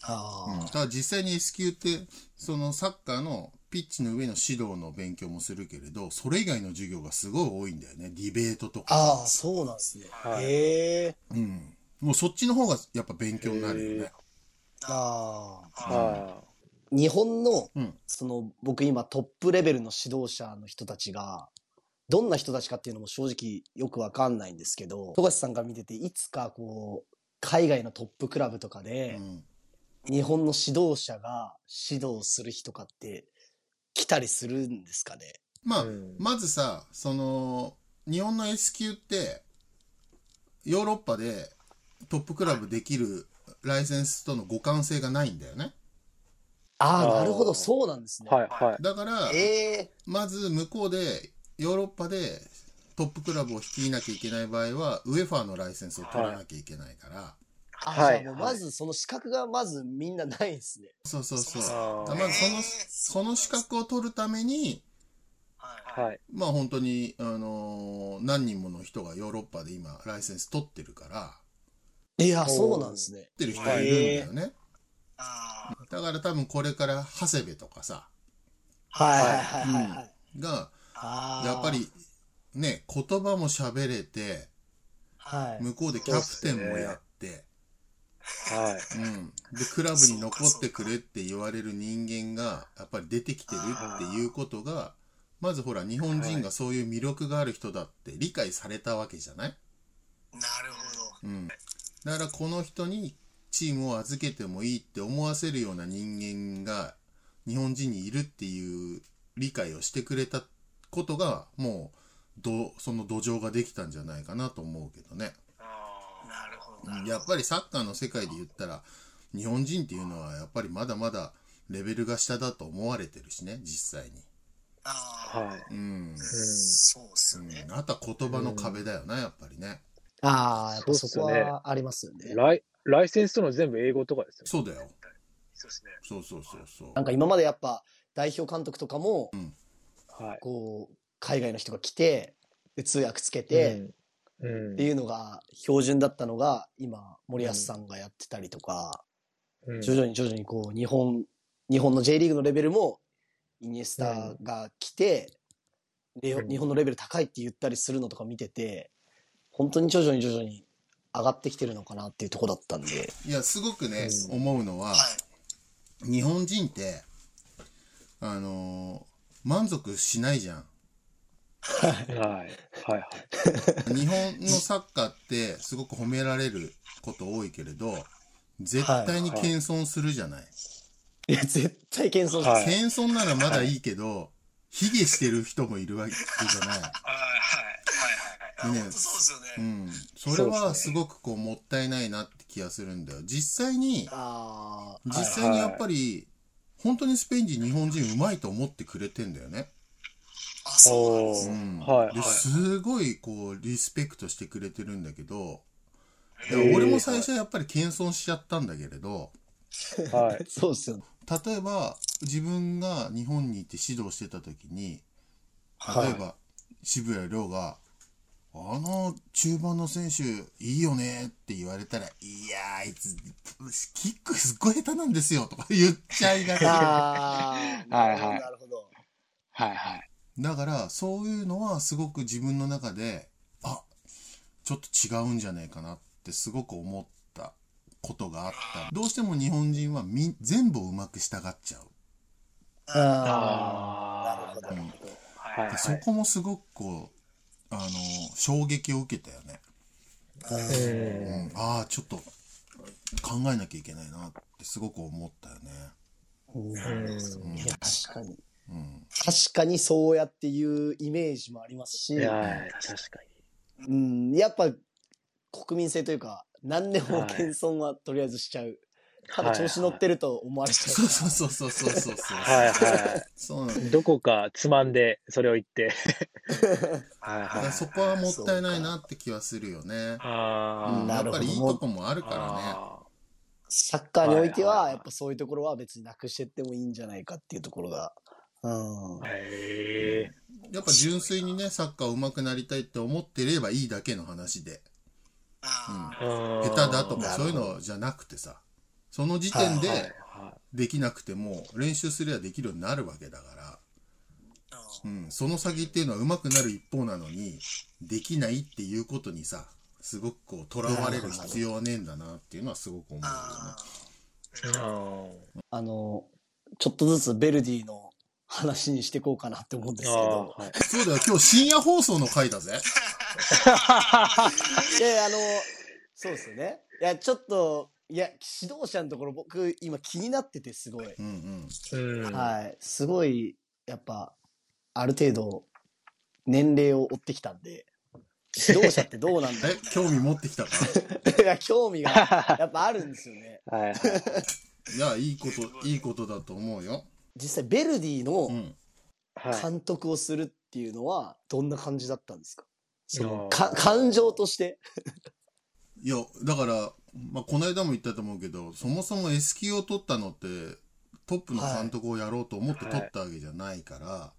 [SPEAKER 3] あ
[SPEAKER 4] うん、
[SPEAKER 3] あ。
[SPEAKER 4] ただ実際に S 級ってそのサッカーのピッチの上の指導の勉強もするけれどそれ以外の授業がすごい多いんだよねディベートと
[SPEAKER 3] あ
[SPEAKER 4] か
[SPEAKER 3] あ、、そうなんですね。
[SPEAKER 2] はい
[SPEAKER 3] へえ。
[SPEAKER 4] うん、もうそっちの方がやっぱ勉強になるよね。
[SPEAKER 3] ああ。
[SPEAKER 2] は
[SPEAKER 3] 日本の
[SPEAKER 4] うん
[SPEAKER 3] その僕今トップレベルの指導者の人たちがどんな人たちかっていうのも正直よくわかんないんですけど富樫さんが見てていつかこう海外のトップクラブとかで
[SPEAKER 4] うん
[SPEAKER 3] 日本の指導者が指導する日とかって来たりするんですかね
[SPEAKER 4] まあ、
[SPEAKER 2] うん
[SPEAKER 4] まずさその日本の S 級ってヨーロッパでトップクラブできるライセンスとの互換性がないんだよね
[SPEAKER 3] あ
[SPEAKER 2] あ
[SPEAKER 3] あ
[SPEAKER 2] ー
[SPEAKER 3] なるほどそうなんです
[SPEAKER 2] い
[SPEAKER 3] ね、
[SPEAKER 2] はいはい。
[SPEAKER 4] だから、
[SPEAKER 3] ええ
[SPEAKER 4] まず向こうでヨーロッパでトップクラブを率いなきゃいけない場合はウェファーのライセンスを取らなきゃいけないから、
[SPEAKER 3] あ
[SPEAKER 2] はい
[SPEAKER 3] じゃあもうまずその資格がまずみんなないんですね
[SPEAKER 4] そうそうそう
[SPEAKER 2] あ
[SPEAKER 4] だ
[SPEAKER 2] ー
[SPEAKER 4] まずそ
[SPEAKER 5] え
[SPEAKER 4] の
[SPEAKER 5] ー
[SPEAKER 4] その資格を取るために
[SPEAKER 5] はい。
[SPEAKER 2] はい。
[SPEAKER 4] まあ本当にあのー何人もの人がヨーロッパで今ライセンス取ってるから
[SPEAKER 3] いやそうなんですね
[SPEAKER 4] 取ってる人がいるんだよね、
[SPEAKER 5] あー
[SPEAKER 4] だから多分これから長谷部とかさ
[SPEAKER 3] はいはいはいはい、はい
[SPEAKER 4] が
[SPEAKER 3] あー
[SPEAKER 4] やっぱりね言葉も喋れて
[SPEAKER 3] はい
[SPEAKER 4] 向こうでキャプテンもやって
[SPEAKER 2] はい。
[SPEAKER 4] う、ん、でクラブに残ってくれって言われる人間がやっぱり出てきてるっていうことがまずほら日本人がそういう魅力がある人だって理解されたわけじゃない、
[SPEAKER 5] なるほ
[SPEAKER 4] うん、だからこの人にチームを預けてもいいって思わせるような人間が日本人にいるっていう理解をしてくれたことがもうどその土壌ができたんじゃないかなと思うけどね、
[SPEAKER 5] ど。なるほど。
[SPEAKER 4] うんやっぱりサッカーの世界で言ったら日本人っていうのはやっぱりまだまだレベルが下だと思われてるしね実際に、
[SPEAKER 5] ああ、
[SPEAKER 2] はい。
[SPEAKER 4] うん
[SPEAKER 5] そうっすよね。
[SPEAKER 4] うんあとは言葉の壁だよなやっぱりね
[SPEAKER 3] ああ、やっぱそこ
[SPEAKER 2] そうっすよね
[SPEAKER 3] はありますよね。
[SPEAKER 2] ライライセンスとの全部英語とかですよね。
[SPEAKER 4] そうだよ
[SPEAKER 5] そうっすね。
[SPEAKER 4] そうそうそうそう
[SPEAKER 3] なんか今までやっぱ代表監督とかも、
[SPEAKER 2] はい。
[SPEAKER 3] こう、海外の人が来て、で通訳つけて、
[SPEAKER 2] うん、うん
[SPEAKER 3] っていうのが標準だったのが、今、森保さんがやってたりとか、
[SPEAKER 2] うん
[SPEAKER 3] 徐々に徐々にこう、日本、日本の J リーグのレベルも、イニエスタが来て、レオ
[SPEAKER 2] うん
[SPEAKER 3] 日本のレベル高いって言ったりするのとか見てて、本当に徐々に徐々に上がってきてるのかなっていうとこだったんで。
[SPEAKER 4] いや、すごくね、
[SPEAKER 3] うん
[SPEAKER 4] 思うのは、
[SPEAKER 5] はい。
[SPEAKER 4] 日本人って、あのー満足しな いじゃん。
[SPEAKER 2] はい。はいはい。
[SPEAKER 4] 日本のサッカーってすごく褒められること多いけれど、絶対に謙遜するじゃない。
[SPEAKER 3] いや、絶対謙遜
[SPEAKER 2] はい
[SPEAKER 4] 謙遜ならまだいいけど、卑下してる人もいるわけじゃない。
[SPEAKER 5] はい。はい。はい。はい。
[SPEAKER 4] ね
[SPEAKER 5] 本当そうですよね。
[SPEAKER 4] うん。それは
[SPEAKER 2] そ
[SPEAKER 4] す
[SPEAKER 2] うですね
[SPEAKER 4] ごくこうもったいないなって気がするんだよ。実際に、
[SPEAKER 3] ああ、
[SPEAKER 4] 実際にやっぱり、本当にスペイン人日本人うまいと思ってくれてんだよね。
[SPEAKER 5] あ、そうなんです
[SPEAKER 4] う
[SPEAKER 5] ね。
[SPEAKER 4] ん。
[SPEAKER 2] はい
[SPEAKER 4] で
[SPEAKER 5] はい
[SPEAKER 4] すごいこう、リスペクトしてくれてるんだけど、いや
[SPEAKER 2] へー
[SPEAKER 4] 俺も最初はやっぱり謙遜しちゃったんだけれど、
[SPEAKER 2] はい。
[SPEAKER 3] そうです よね。
[SPEAKER 4] 例えば自分が日本に行って指導してた時に
[SPEAKER 2] はい
[SPEAKER 4] 例えば渋谷亮が「あの中盤の選手いいよね」って言われたら「いやーあいつキックすっごい下手なんですよ」とか言っちゃい がち
[SPEAKER 3] ああ、
[SPEAKER 2] はいはい
[SPEAKER 3] なるほど。
[SPEAKER 2] はいはい。
[SPEAKER 4] だからそういうのはすごく自分の中であちょっと違うんじゃないかなってすごく思ったことがあったどうしても日本人はみ全部をうまく従っちゃう
[SPEAKER 3] あ
[SPEAKER 2] ああ。
[SPEAKER 3] あ、なるほど。
[SPEAKER 2] はい
[SPEAKER 4] で
[SPEAKER 2] はい。
[SPEAKER 4] そこもすごくこう、あの衝撃を受けたよね。うん、ああ、ちょっと考えなきゃいけないなってすごく思ったよね。
[SPEAKER 3] うんいや確かに。
[SPEAKER 4] うん、
[SPEAKER 3] 確かにそうやっていうイメージもありますし
[SPEAKER 2] い、やー、確か
[SPEAKER 3] うん、やっぱ国民性というか、何でも
[SPEAKER 2] はい
[SPEAKER 3] 謙遜はとりあえずしちゃう。た
[SPEAKER 2] は
[SPEAKER 3] だ
[SPEAKER 2] いはい
[SPEAKER 3] 調子乗ってると思われちゃう。
[SPEAKER 4] そうそうそうそうそうそうそう。
[SPEAKER 2] に。はいは
[SPEAKER 4] そうなんだ
[SPEAKER 2] い。どこかつまんで、それを言 って。はい
[SPEAKER 4] だか
[SPEAKER 2] は
[SPEAKER 4] ら
[SPEAKER 2] い。
[SPEAKER 4] そこはもったいないなって気はするよね。
[SPEAKER 2] あ
[SPEAKER 4] う
[SPEAKER 2] ー
[SPEAKER 4] ん、や
[SPEAKER 3] な
[SPEAKER 4] っ
[SPEAKER 3] るほど
[SPEAKER 4] ぱりいいとこもあるから
[SPEAKER 2] あ
[SPEAKER 3] サッカーにおいて
[SPEAKER 2] はいはいは
[SPEAKER 3] は、
[SPEAKER 2] い
[SPEAKER 3] やっぱそういうところは別になくしてってもいいんじゃないかっていうところが。うん
[SPEAKER 2] ー。へえ。
[SPEAKER 4] ね。やっぱ純粋にね、サッカー上手くなりたいって思ってればいいだけの話で。
[SPEAKER 5] あー
[SPEAKER 2] 下
[SPEAKER 4] 下手だとか
[SPEAKER 3] なる
[SPEAKER 4] そうい
[SPEAKER 3] ほど
[SPEAKER 4] うのじゃなくてさ。その時点で
[SPEAKER 3] はい
[SPEAKER 4] できなくても練習すればできるようになるわけだから。
[SPEAKER 5] あー
[SPEAKER 4] うん、その先っていうのは上手くなる一方なのにできないっていうことにさすごくこうとらわれる必要はねえんだなっていうのはすごく思うよね。
[SPEAKER 5] あ
[SPEAKER 3] あの、ちょっとずつベルディの話にしていこうかなって思うんですけど。
[SPEAKER 4] そうだよ今日深夜放送の回だぜ。
[SPEAKER 3] いやいや、あの、そうですよね。いや、ちょっと、いや、指導者のところ僕今気になっててすごい。
[SPEAKER 4] うんうん。
[SPEAKER 3] はい。すごい、やっぱ、ある程度、年齢を追ってきたんで、指導者ってどうなん だろ
[SPEAKER 4] え興味持ってきたか。
[SPEAKER 3] ういや、興味が、やっぱあるんですよね。
[SPEAKER 2] はいはい。
[SPEAKER 4] いやいいこといいことだと思うよ。
[SPEAKER 3] 実際、ベルディ
[SPEAKER 4] う
[SPEAKER 3] の
[SPEAKER 4] ん。
[SPEAKER 2] はい。
[SPEAKER 3] 監督をするっていうのは、どんな感じだったんですかその、
[SPEAKER 2] あー
[SPEAKER 3] か、感情として。
[SPEAKER 4] いやだからまあこの間も言ったと思うけどそもそも S 級を取ったのってトップの監督をやろうと思って取ったわけじゃないから。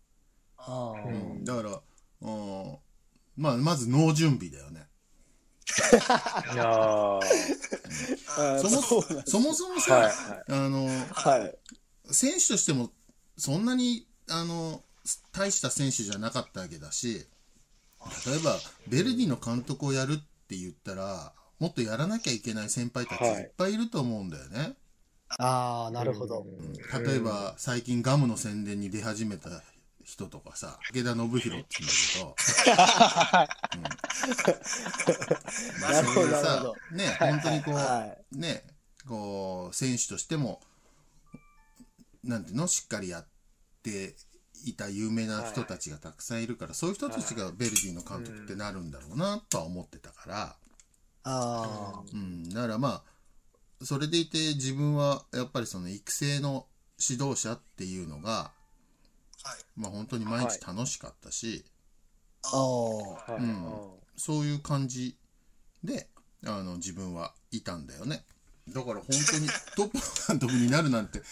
[SPEAKER 3] あ
[SPEAKER 2] う
[SPEAKER 3] ー
[SPEAKER 2] ん
[SPEAKER 4] だから、うん、まあまず脳準備だよね。
[SPEAKER 2] いやー
[SPEAKER 3] あー。
[SPEAKER 4] そも
[SPEAKER 3] そうなん
[SPEAKER 4] そもそもさ、
[SPEAKER 2] はい
[SPEAKER 4] あの、
[SPEAKER 3] はい。
[SPEAKER 4] 選手としても、そんなに、あの、大した選手じゃなかったわけだし、例えば、ベルディの監督をやるって言ったら、もっとやらなきゃいけない先輩たち
[SPEAKER 2] はい
[SPEAKER 4] いっぱいいると思うんだよね。
[SPEAKER 3] ああ、なるほど。
[SPEAKER 4] うん例えば、最近ガムの宣伝に出始めた人とかさ、武田信弘って言うんだけど、まあ
[SPEAKER 3] なるほど
[SPEAKER 4] そういう
[SPEAKER 3] なるほ
[SPEAKER 4] さ
[SPEAKER 3] ど、
[SPEAKER 4] ね、本当にこう、
[SPEAKER 3] は
[SPEAKER 4] ね、こう、選手としても、なんていうの、しっかりやっていた有名な人たちがたくさんいるから、そういう人たちがベルディの監督ってなるんだろうな、とは思ってたから、
[SPEAKER 3] あ
[SPEAKER 4] うん、だからまあ、それでいて自分はやっぱりその育成の指導者っていうのが、
[SPEAKER 5] はい
[SPEAKER 4] まあ本当に毎日楽しかったし、
[SPEAKER 3] あ、おー
[SPEAKER 2] はい
[SPEAKER 4] うんそういう感じで、あの、自分はいたんだよね。だから本当 にトップの監督になるなんて、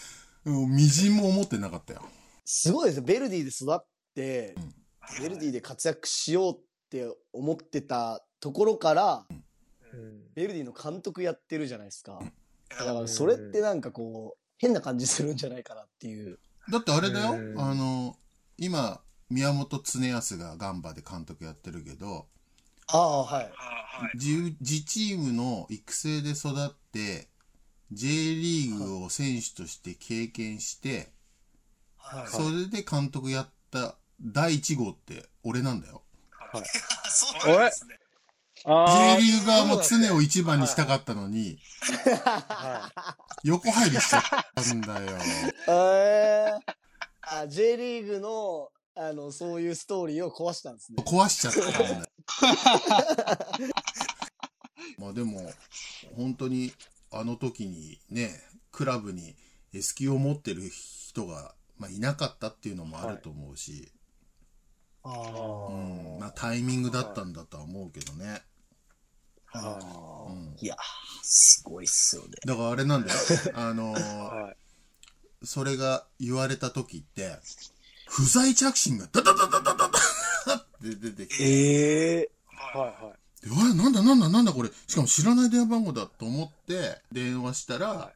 [SPEAKER 4] うんみじんも思ってなかったよ。
[SPEAKER 3] すごいですね。ベルディで育って、
[SPEAKER 5] はい
[SPEAKER 3] ベルディで活躍しようって思ってたところから、
[SPEAKER 2] うん
[SPEAKER 3] ベルディの監督やってるじゃないですか。だか
[SPEAKER 5] いや
[SPEAKER 3] らそれってなんかこう、変な感じするんじゃないかなっていう。
[SPEAKER 4] だってあれだよ
[SPEAKER 2] う、ん
[SPEAKER 4] あの、今、宮本恒康がガンバで監督やってるけど、
[SPEAKER 3] ああ、はい。
[SPEAKER 5] あーはい。
[SPEAKER 4] 自自チームの育成で育って、J リーグを選手として経験して、
[SPEAKER 5] はい。
[SPEAKER 2] い
[SPEAKER 4] それで監督やった第1号って俺なんだよ。
[SPEAKER 5] あそうなんですね。
[SPEAKER 2] あ
[SPEAKER 4] J リーグ側も常を
[SPEAKER 2] い
[SPEAKER 4] 一番にしたかったのに、
[SPEAKER 2] は
[SPEAKER 4] 横入りしちゃったんだよ。
[SPEAKER 3] えー、あ、J リーグの、あの、そういうストーリーを壊したんですね。
[SPEAKER 4] 壊しちゃったんだよ。まあでも、本当にあの時にね、クラブに S 級を持ってる人が、まあ、いなかったっていうのもあると思うし、
[SPEAKER 3] あ
[SPEAKER 4] うんまあ、タイミングだったんだとは思うけどね。
[SPEAKER 3] あ
[SPEAKER 4] う
[SPEAKER 3] ー。
[SPEAKER 4] ん、
[SPEAKER 3] いやー、すごいっすよね。
[SPEAKER 4] だからあれなんだよ。あのー
[SPEAKER 2] はい
[SPEAKER 4] それが言われた時って、不在着信がダダダダダダダって出てきて、
[SPEAKER 3] ええ
[SPEAKER 2] はいはい
[SPEAKER 4] であれなんだなんだなんだこれしかも知らない電話番号だと思って電話したら、
[SPEAKER 2] ははい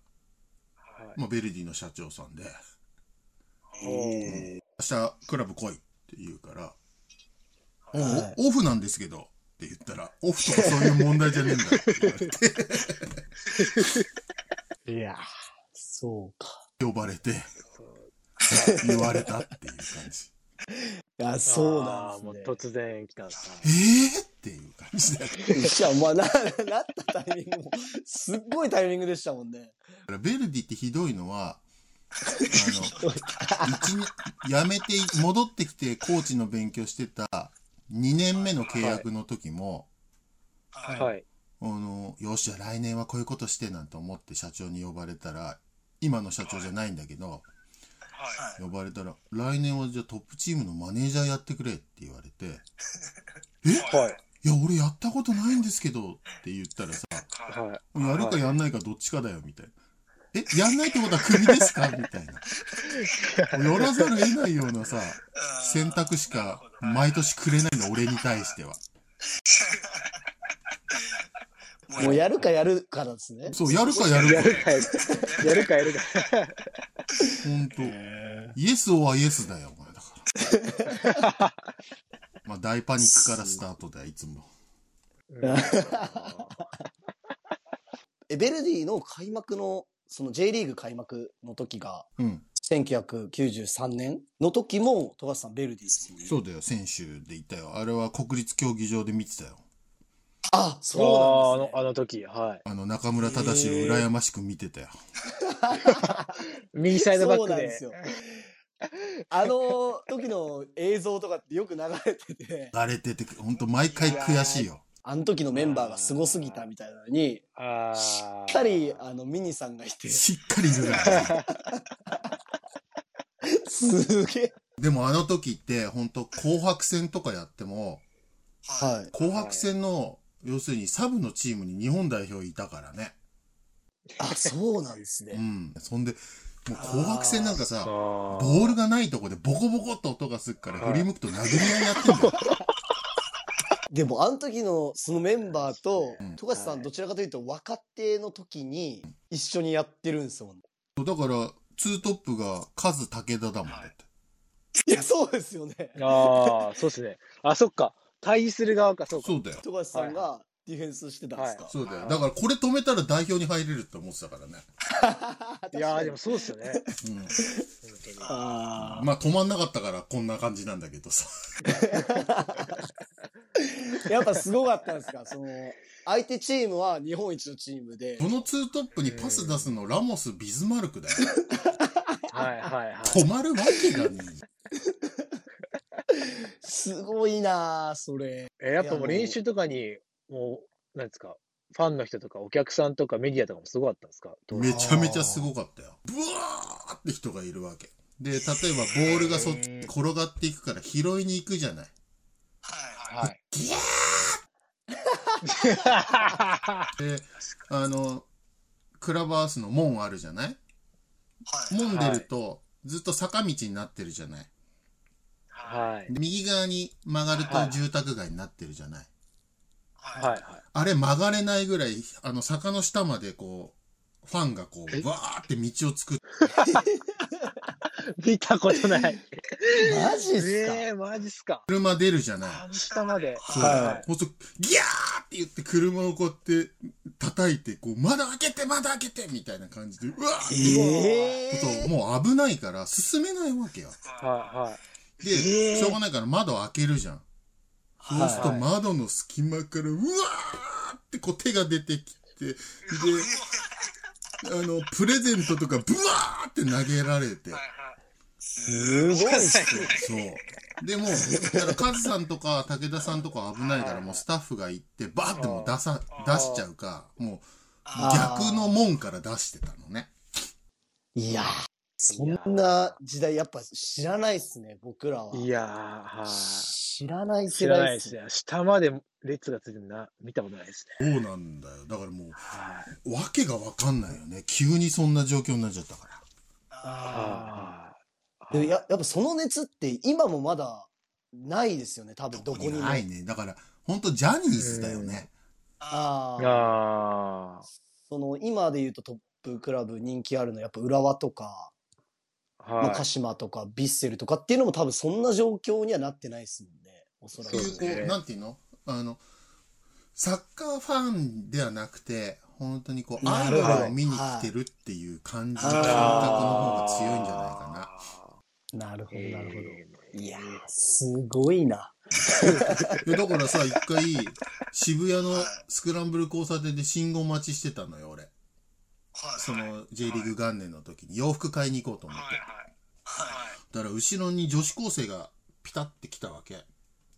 [SPEAKER 4] まあ、ベルディの社長さんで
[SPEAKER 3] え
[SPEAKER 4] 「明日クラブ来い」って言うから「おう
[SPEAKER 3] はい
[SPEAKER 4] オフなんですけど」って言ったら「オフとかそういう問題じゃねえんだ」って言われて
[SPEAKER 3] ー、いやー、そうか。
[SPEAKER 4] 呼ばれて言われたっていう感じ
[SPEAKER 3] いや、そうなん
[SPEAKER 2] あー
[SPEAKER 3] で
[SPEAKER 2] もう突然来たんです
[SPEAKER 4] 「ええー!」っていう感じでだか
[SPEAKER 3] すね。いや、まあ、な、なったタイミングも、すっごいタイミングでしたもんね。
[SPEAKER 4] らベルディってひどいのはあの一年辞めて戻ってきてコーチの勉強してた2年目の契約の時も、
[SPEAKER 5] はい。
[SPEAKER 2] ね。はい。
[SPEAKER 4] あの、よし、じゃあ来年はこういうことしてなんて思って社長に呼ばれたら、今の社長じゃないんだけど、
[SPEAKER 5] はい。
[SPEAKER 4] 呼ばれたら、来年はじゃあトップチームのマネージャーやってくれって言われて、
[SPEAKER 2] はい。
[SPEAKER 4] いや、俺やったことないんですけどって言ったらさ、
[SPEAKER 5] はい。
[SPEAKER 2] はい。
[SPEAKER 4] やるかやんないかどっちかだよみたいな。え、やんないってことはクビですかみたいな。寄らざるを得ないようなさ、選択しか毎年くれないの、俺に対しては。
[SPEAKER 3] もうやるかやるからですね。
[SPEAKER 4] そう、やるかやる
[SPEAKER 2] や
[SPEAKER 4] か。
[SPEAKER 2] るかやるか。やるかやるか。
[SPEAKER 4] ほんと。イエスはイエスだよ、お前だ から。まあ、大パニックからスタートだよ、いつも。
[SPEAKER 3] え、ベルディの開幕の、その J リーグ開幕の時が、
[SPEAKER 4] うん。
[SPEAKER 3] 1993年の時も、富樫さん、ベルディですよね。
[SPEAKER 4] そうだよ、選手でいたよ。あれは国立競技場で見てたよ。
[SPEAKER 3] あ、
[SPEAKER 2] ああ
[SPEAKER 3] そ
[SPEAKER 2] ー、あ
[SPEAKER 3] うなん
[SPEAKER 2] の
[SPEAKER 3] で、す、ね。
[SPEAKER 2] あの時、はい。
[SPEAKER 4] あの、中村忠史を羨ましく見てたよ。
[SPEAKER 2] 右サイドバ
[SPEAKER 3] そ
[SPEAKER 2] ッ
[SPEAKER 3] う
[SPEAKER 2] ク
[SPEAKER 3] なん
[SPEAKER 2] で。
[SPEAKER 3] ですよ。あの時の映像とかってよく流れてて、
[SPEAKER 4] 慣れてて、ほんと毎回悔しいよ。
[SPEAKER 3] あの時のメンバーがすごすぎたみたいなのに、
[SPEAKER 2] ああ。
[SPEAKER 3] しっかり、あの、ミニさんがいて、
[SPEAKER 4] しっかりいるから。
[SPEAKER 3] すげえ。
[SPEAKER 4] でもあの時って、ほんと紅白戦とかやっても、
[SPEAKER 5] はい。
[SPEAKER 3] はい。
[SPEAKER 4] 紅白戦の、要するにサブのチームに日本代表いたからね。
[SPEAKER 3] あ、そうなんです
[SPEAKER 4] う
[SPEAKER 3] ね。
[SPEAKER 4] ん。そんで、もう紅白戦なんかさ、
[SPEAKER 2] あー
[SPEAKER 4] ボールがないとこでボコボコっと音がするから
[SPEAKER 2] はい
[SPEAKER 4] 振り向くと殴り合いやってんだよ。
[SPEAKER 3] でも、あの時のそのメンバーと
[SPEAKER 4] うん、
[SPEAKER 3] 富樫さんどちらかというと若手の時に一緒にやってるんですもんね。
[SPEAKER 4] だから、ツートップがカズ武田だもんだって。
[SPEAKER 3] いや、そうですよね。
[SPEAKER 2] あー、そうですね。あ、そっか。対する側か、そうか。
[SPEAKER 4] そうだよ。
[SPEAKER 3] 富樫さんがディフェンスしてたんですか。
[SPEAKER 4] そうだよ。だからこれ止めたら代表に入れるって思ってたからね。
[SPEAKER 2] いやー、でもそうですよ ね。
[SPEAKER 3] あ
[SPEAKER 4] うん。まあ止まんなかったからこんな感じなんだけどさ。
[SPEAKER 3] あ。やっぱすごかったんですかその、相手チームは日本一のチームで
[SPEAKER 4] こ、のツートップにパス出すのラモス・ビズマルクだよ。
[SPEAKER 2] はいはいはい。
[SPEAKER 4] 止まるわけがねえじ
[SPEAKER 3] すごいなあそれ。
[SPEAKER 2] えやっぱもう練習とかに、もう、なんですか、ファンの人とかお客さんとかメディアとかもすごかったんですか
[SPEAKER 4] ゃん。めちゃめちゃすごかったよ。ブワーって人がいるわけ。で、例えばボールがそっちに転がっていくから拾いに行くじゃない。
[SPEAKER 5] はい。
[SPEAKER 2] はい。
[SPEAKER 4] あの、クラブハウスの門あるじゃない
[SPEAKER 5] はい。
[SPEAKER 4] 門出ると、ずっと坂道になってるじゃない。
[SPEAKER 2] はい。
[SPEAKER 4] で右側に曲がる
[SPEAKER 2] は
[SPEAKER 4] と
[SPEAKER 2] い
[SPEAKER 4] 住宅街になってるじゃない。
[SPEAKER 5] はい。
[SPEAKER 2] はい。
[SPEAKER 4] あれ曲がれないぐらい、あの坂の下までこう、ファンがこ
[SPEAKER 2] え
[SPEAKER 4] う、わーって道を作っ
[SPEAKER 2] 見たことない。
[SPEAKER 3] マジっすか、
[SPEAKER 2] ええ、マジっすか。
[SPEAKER 4] 車出るじゃない。
[SPEAKER 2] 下まで。
[SPEAKER 4] そう。
[SPEAKER 3] は
[SPEAKER 4] ほんと、ギャーって言って車をこうやって叩いて、こう、窓開けて、窓開けてみたいな感じで、うわーって
[SPEAKER 3] え
[SPEAKER 4] こと、もう危ないから進めないわけよ。
[SPEAKER 2] はいはい。
[SPEAKER 4] で、
[SPEAKER 2] えー
[SPEAKER 4] しょうがないから窓開けるじゃん。そうすると
[SPEAKER 2] はい
[SPEAKER 4] 窓の隙間から、うわーってこう手が出てきて、で、あの、プレゼントとかブワーって投げられて、
[SPEAKER 3] すごいっすね。
[SPEAKER 4] そう。でもう、だからカズさんとか武田さんとか危ないから、もうスタッフが行って、バーってもう出さ、出しちゃうか、もう
[SPEAKER 3] あー
[SPEAKER 4] 逆の門から出してたのね。
[SPEAKER 3] いやーそんな時代やっぱ知らないっすね、僕らは。
[SPEAKER 2] いやー、はい。
[SPEAKER 3] 知らない
[SPEAKER 2] 知
[SPEAKER 3] 世
[SPEAKER 2] らな
[SPEAKER 3] 代っ
[SPEAKER 2] いですす
[SPEAKER 3] ね。
[SPEAKER 2] ね。下まで列がついてるのな、見たことないですね。
[SPEAKER 4] そうなんだよ。だからも
[SPEAKER 2] は
[SPEAKER 4] う、わけがわかんないよね。急にそんな状況になっちゃったから。
[SPEAKER 2] い。はい。
[SPEAKER 3] でもややっぱその熱って今もまだないですよね、多分どこにも。
[SPEAKER 4] ないね。だから、ほんとジャニーズだよね。
[SPEAKER 3] あー
[SPEAKER 2] あ
[SPEAKER 3] その今で言うとトップクラブ人気あるのやっぱ浦和とか、
[SPEAKER 2] あ。
[SPEAKER 3] まあ
[SPEAKER 2] はい。
[SPEAKER 3] 鹿島とかビッセルとかっていうのも多分そんな状況にはなってないですもんね、おそら
[SPEAKER 4] そ
[SPEAKER 3] く
[SPEAKER 4] う
[SPEAKER 2] で
[SPEAKER 4] い
[SPEAKER 2] す
[SPEAKER 4] う、こ
[SPEAKER 2] ね
[SPEAKER 4] う、なんていうのあの、サッカーファンではなくて、本当にこう、ア
[SPEAKER 3] な
[SPEAKER 4] イ
[SPEAKER 3] る
[SPEAKER 4] ド
[SPEAKER 3] ほど
[SPEAKER 4] ルを見に来てるっていう感じの感覚の方が強いんじゃないかな。
[SPEAKER 3] なるほど、なるほど。
[SPEAKER 2] ど
[SPEAKER 3] いやー、すごいな。
[SPEAKER 4] いやだからさ、一回、渋谷のスクランブル交差点で信号待ちしてたのよ、俺。その、J リーグ元年の時に洋服買いに行こうと思って。だから、後ろに女子高生がピタって来たわけ。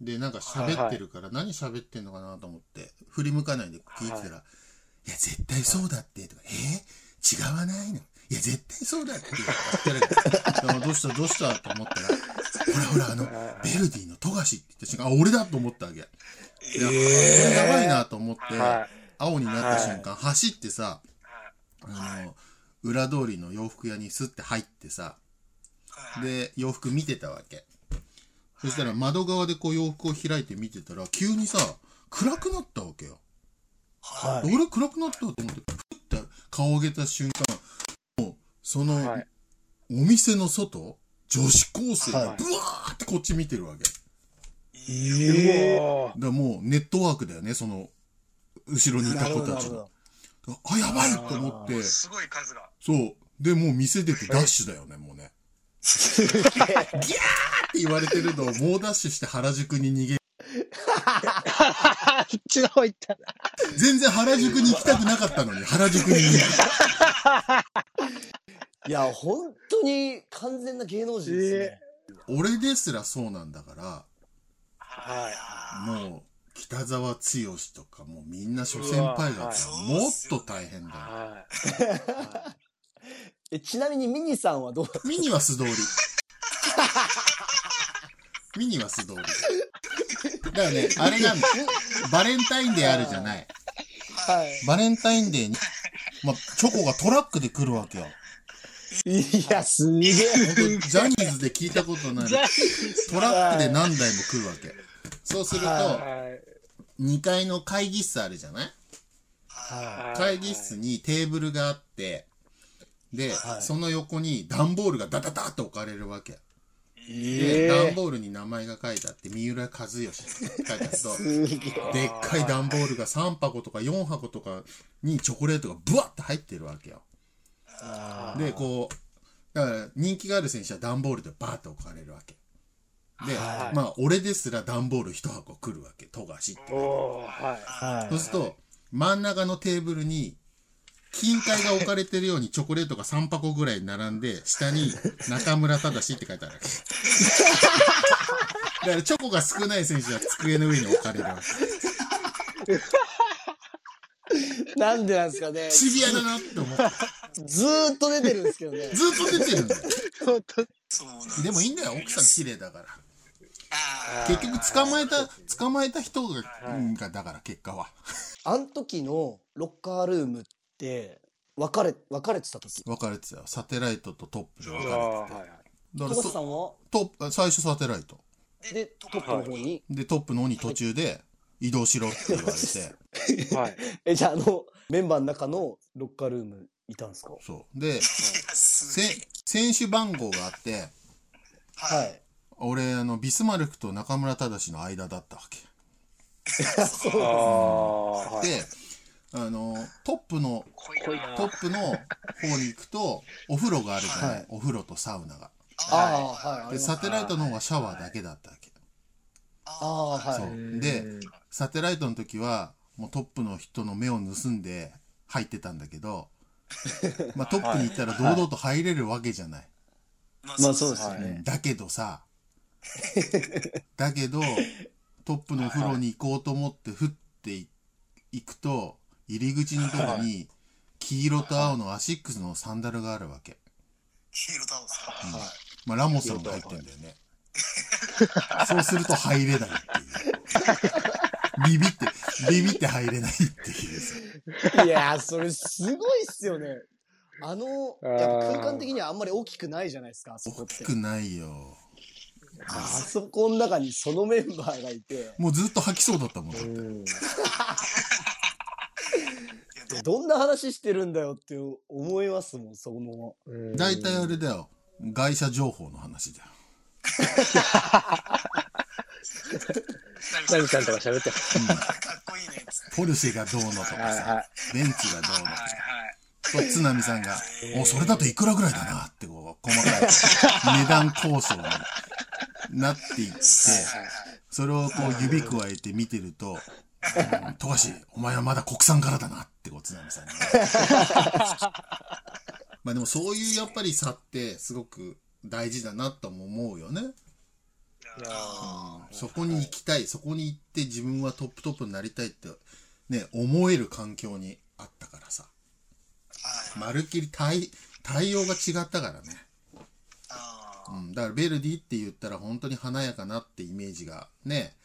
[SPEAKER 4] で、なんか喋ってるから、何喋ってんのかなと思って、振り向かないで聞いてたら、いや、絶対そうだって、とか、えー違わないのいや、絶対そうだって、言って るから、どうしたどうしたと思ったら、ほらほら、あの、ベルディの富樫って言った瞬間、あ、俺だと思ったわけ。いや、これやばいなと思って、
[SPEAKER 2] は
[SPEAKER 4] 青になった瞬間、走ってさ、あの、裏通りの洋服屋にスッて入ってさ、で、洋服見てたわけ。そしたら窓側でこう洋服を開いて見てたら、急にさ、暗くなったわけよ。
[SPEAKER 3] はい。
[SPEAKER 4] 俺暗くなったと思って、ふって顔を上げた瞬間、もう、その、
[SPEAKER 2] はい
[SPEAKER 4] お店の外、女子高生
[SPEAKER 3] は
[SPEAKER 4] が
[SPEAKER 3] い
[SPEAKER 4] ブワーってこっち見てるわけ。
[SPEAKER 2] い。
[SPEAKER 3] え
[SPEAKER 2] うわ
[SPEAKER 4] だからもうネットワークだよね、その、後ろにい
[SPEAKER 3] な
[SPEAKER 4] た
[SPEAKER 3] る
[SPEAKER 4] 子
[SPEAKER 3] ほど、
[SPEAKER 4] た
[SPEAKER 3] な
[SPEAKER 4] ち
[SPEAKER 3] るほど
[SPEAKER 4] が。。あ、やばいと思って、
[SPEAKER 5] すごい数が。
[SPEAKER 4] そう。で、もう店出てダッシュだよね、もうね。って言われてるのを猛ダッシュして原宿に逃げ、
[SPEAKER 2] ーあっちの方行った。
[SPEAKER 4] 全然原宿に行きたくなかったのに、原宿に逃げた。
[SPEAKER 3] いや、本当に完全な芸能人ですね。
[SPEAKER 4] 俺ですらそうなんだから、
[SPEAKER 2] は
[SPEAKER 4] もう、北沢剛とか、もうみんな諸先輩方、
[SPEAKER 5] うわ
[SPEAKER 4] もっと大変
[SPEAKER 2] い。
[SPEAKER 4] だよ。
[SPEAKER 2] は
[SPEAKER 3] えちなみにミニさんはどう
[SPEAKER 4] ミニは素 通り。ミニは素通り。だからね、あれなんだ。バレンタインデーあるじゃない。
[SPEAKER 3] は
[SPEAKER 4] バレンタインデーに、まあ、チョコがトラックで来るわけよ。
[SPEAKER 3] い。いや、すげえ。
[SPEAKER 4] 本当ジャニーズで聞いたことない。
[SPEAKER 2] ジャニ
[SPEAKER 4] トラックで何台も来るわけ。そうすると、
[SPEAKER 2] い。はい。
[SPEAKER 4] 2階の会議室あるじゃない会議室にテーブルがあって、で、その横に段ボールがダダダって置かれるわけ。で、
[SPEAKER 2] え
[SPEAKER 4] 段ボールに名前が書いてあって、三浦和義って書いてあると、でっかい段ボールが3箱とか4箱とかにチョコレートがブワッて入ってるわけよ。で、こう、だから人気がある選手は段ボールでバーッて置かれるわけ。で、
[SPEAKER 2] はい
[SPEAKER 4] まあ、俺ですら段ボール1箱来るわけ、富樫って。
[SPEAKER 2] おー、はい。
[SPEAKER 3] は
[SPEAKER 4] そうすると、真ん中のテーブルに、金塊が置かれてるようにチョコレートが3箱ぐらい並んで、下に中村正って書いてあるわけ。だからチョコが少ない選手は机の上に置かれるわけ。
[SPEAKER 3] い。なんでなんですかね。
[SPEAKER 4] シビアだなって思って。
[SPEAKER 3] ずーっと出てるんですけどね。
[SPEAKER 4] ずっと出てるんだよ。
[SPEAKER 2] 本当に
[SPEAKER 5] そうなん
[SPEAKER 4] でもいいんだよ、奥さん綺麗だから。
[SPEAKER 5] あ
[SPEAKER 4] 結局捕まえた、捕まえた人が、うんがだから結果は。
[SPEAKER 3] あの時のロッカールームって、別れ、別れてた時。
[SPEAKER 4] 分かれてたよ。サテライトとトップで分
[SPEAKER 2] う
[SPEAKER 4] か
[SPEAKER 2] わーはいはい。
[SPEAKER 4] れてた。
[SPEAKER 3] ト
[SPEAKER 4] だから
[SPEAKER 3] マスさ
[SPEAKER 4] そ
[SPEAKER 3] んは
[SPEAKER 4] トップ、最初サテライト。
[SPEAKER 3] で、トップの方に。
[SPEAKER 4] で、トップの方に途中で移動しろって言われて。
[SPEAKER 2] はい。
[SPEAKER 3] え、じゃあ、あの、メンバーの中のロッカールームいたんですか
[SPEAKER 4] そう。で、
[SPEAKER 5] や、すげ
[SPEAKER 4] せ
[SPEAKER 5] え。
[SPEAKER 4] 選手番号があって、
[SPEAKER 5] は。
[SPEAKER 3] はいい。
[SPEAKER 4] 俺、あの、ビスマルクと中村忠の間だったわけ。
[SPEAKER 5] そう
[SPEAKER 2] ああ、はい。
[SPEAKER 4] で、あの、トップの、
[SPEAKER 5] 濃いな。
[SPEAKER 4] トップの方に行くと、お風呂があるじゃない、
[SPEAKER 3] はい
[SPEAKER 4] お風呂とサウナが。
[SPEAKER 3] ああ、 はい。あ
[SPEAKER 4] で、
[SPEAKER 3] り
[SPEAKER 4] サ
[SPEAKER 3] ます
[SPEAKER 4] テライトの方はシャワーだけだったわけ。
[SPEAKER 3] あ
[SPEAKER 5] あ
[SPEAKER 3] あ、はい。
[SPEAKER 4] そう
[SPEAKER 3] はい
[SPEAKER 4] でサテライトの時は、もうトップの人の目を盗んで入ってたんだけど、まあトップに行ったら堂々と入れるわけじゃない。
[SPEAKER 5] ま
[SPEAKER 3] まあそうですよ
[SPEAKER 2] は
[SPEAKER 3] ね。
[SPEAKER 4] だけどさ、だけど、トップのお風呂に行こうと思って、ふってい行くと、入り口のとこに、黄色と青のアシックスのサンダルがあるわけ。
[SPEAKER 5] 黄色タオルさん。はい。
[SPEAKER 4] まあ、ラモスさんが入ってんだよね。そうすると入れないっていう。ビビって、ビビって入れないっていうさ。
[SPEAKER 3] いやー、それすごいっすよね。あの、
[SPEAKER 2] あー
[SPEAKER 3] やっぱ空間的にはあんまり大きくないじゃないですか、あそこ
[SPEAKER 4] 大
[SPEAKER 3] っ
[SPEAKER 4] き
[SPEAKER 3] て。
[SPEAKER 4] くないよ。
[SPEAKER 3] あそこの中にそのメンバーがいて、
[SPEAKER 4] もうずっと吐きそうだったもん。だって
[SPEAKER 2] うん。
[SPEAKER 5] いや、でも
[SPEAKER 3] どんな話してるんだよって思いますもん、その。
[SPEAKER 2] うん
[SPEAKER 4] 大体あれだよ。外車情報の話だよ。
[SPEAKER 2] ナミさんとか喋って。
[SPEAKER 5] かっこいいね。つって
[SPEAKER 4] ポルシェがどうのとか
[SPEAKER 2] はい
[SPEAKER 4] さ、
[SPEAKER 2] は
[SPEAKER 4] ベンツがどうのとか。
[SPEAKER 5] はいはい。
[SPEAKER 4] と、津波さんが、お、それだといくらぐらいだなって、こう、細かい値段交渉になっていって、それをこう指くわえて見てると、うん富樫、お前はまだ国産からだなって、こう、津波さんに。まあでもそういうやっぱり差って、すごく大事だなとも思うよね。
[SPEAKER 2] い。いやー
[SPEAKER 4] そこに行きたい、そこに行って自分はトップトップになりたいって、ね、思える環境にあったからさ。
[SPEAKER 5] はい。
[SPEAKER 4] まるっきり対、対応が違ったからね。
[SPEAKER 5] あ
[SPEAKER 4] うん。だから、ベルディって言ったら本当に華やかなってイメージがね、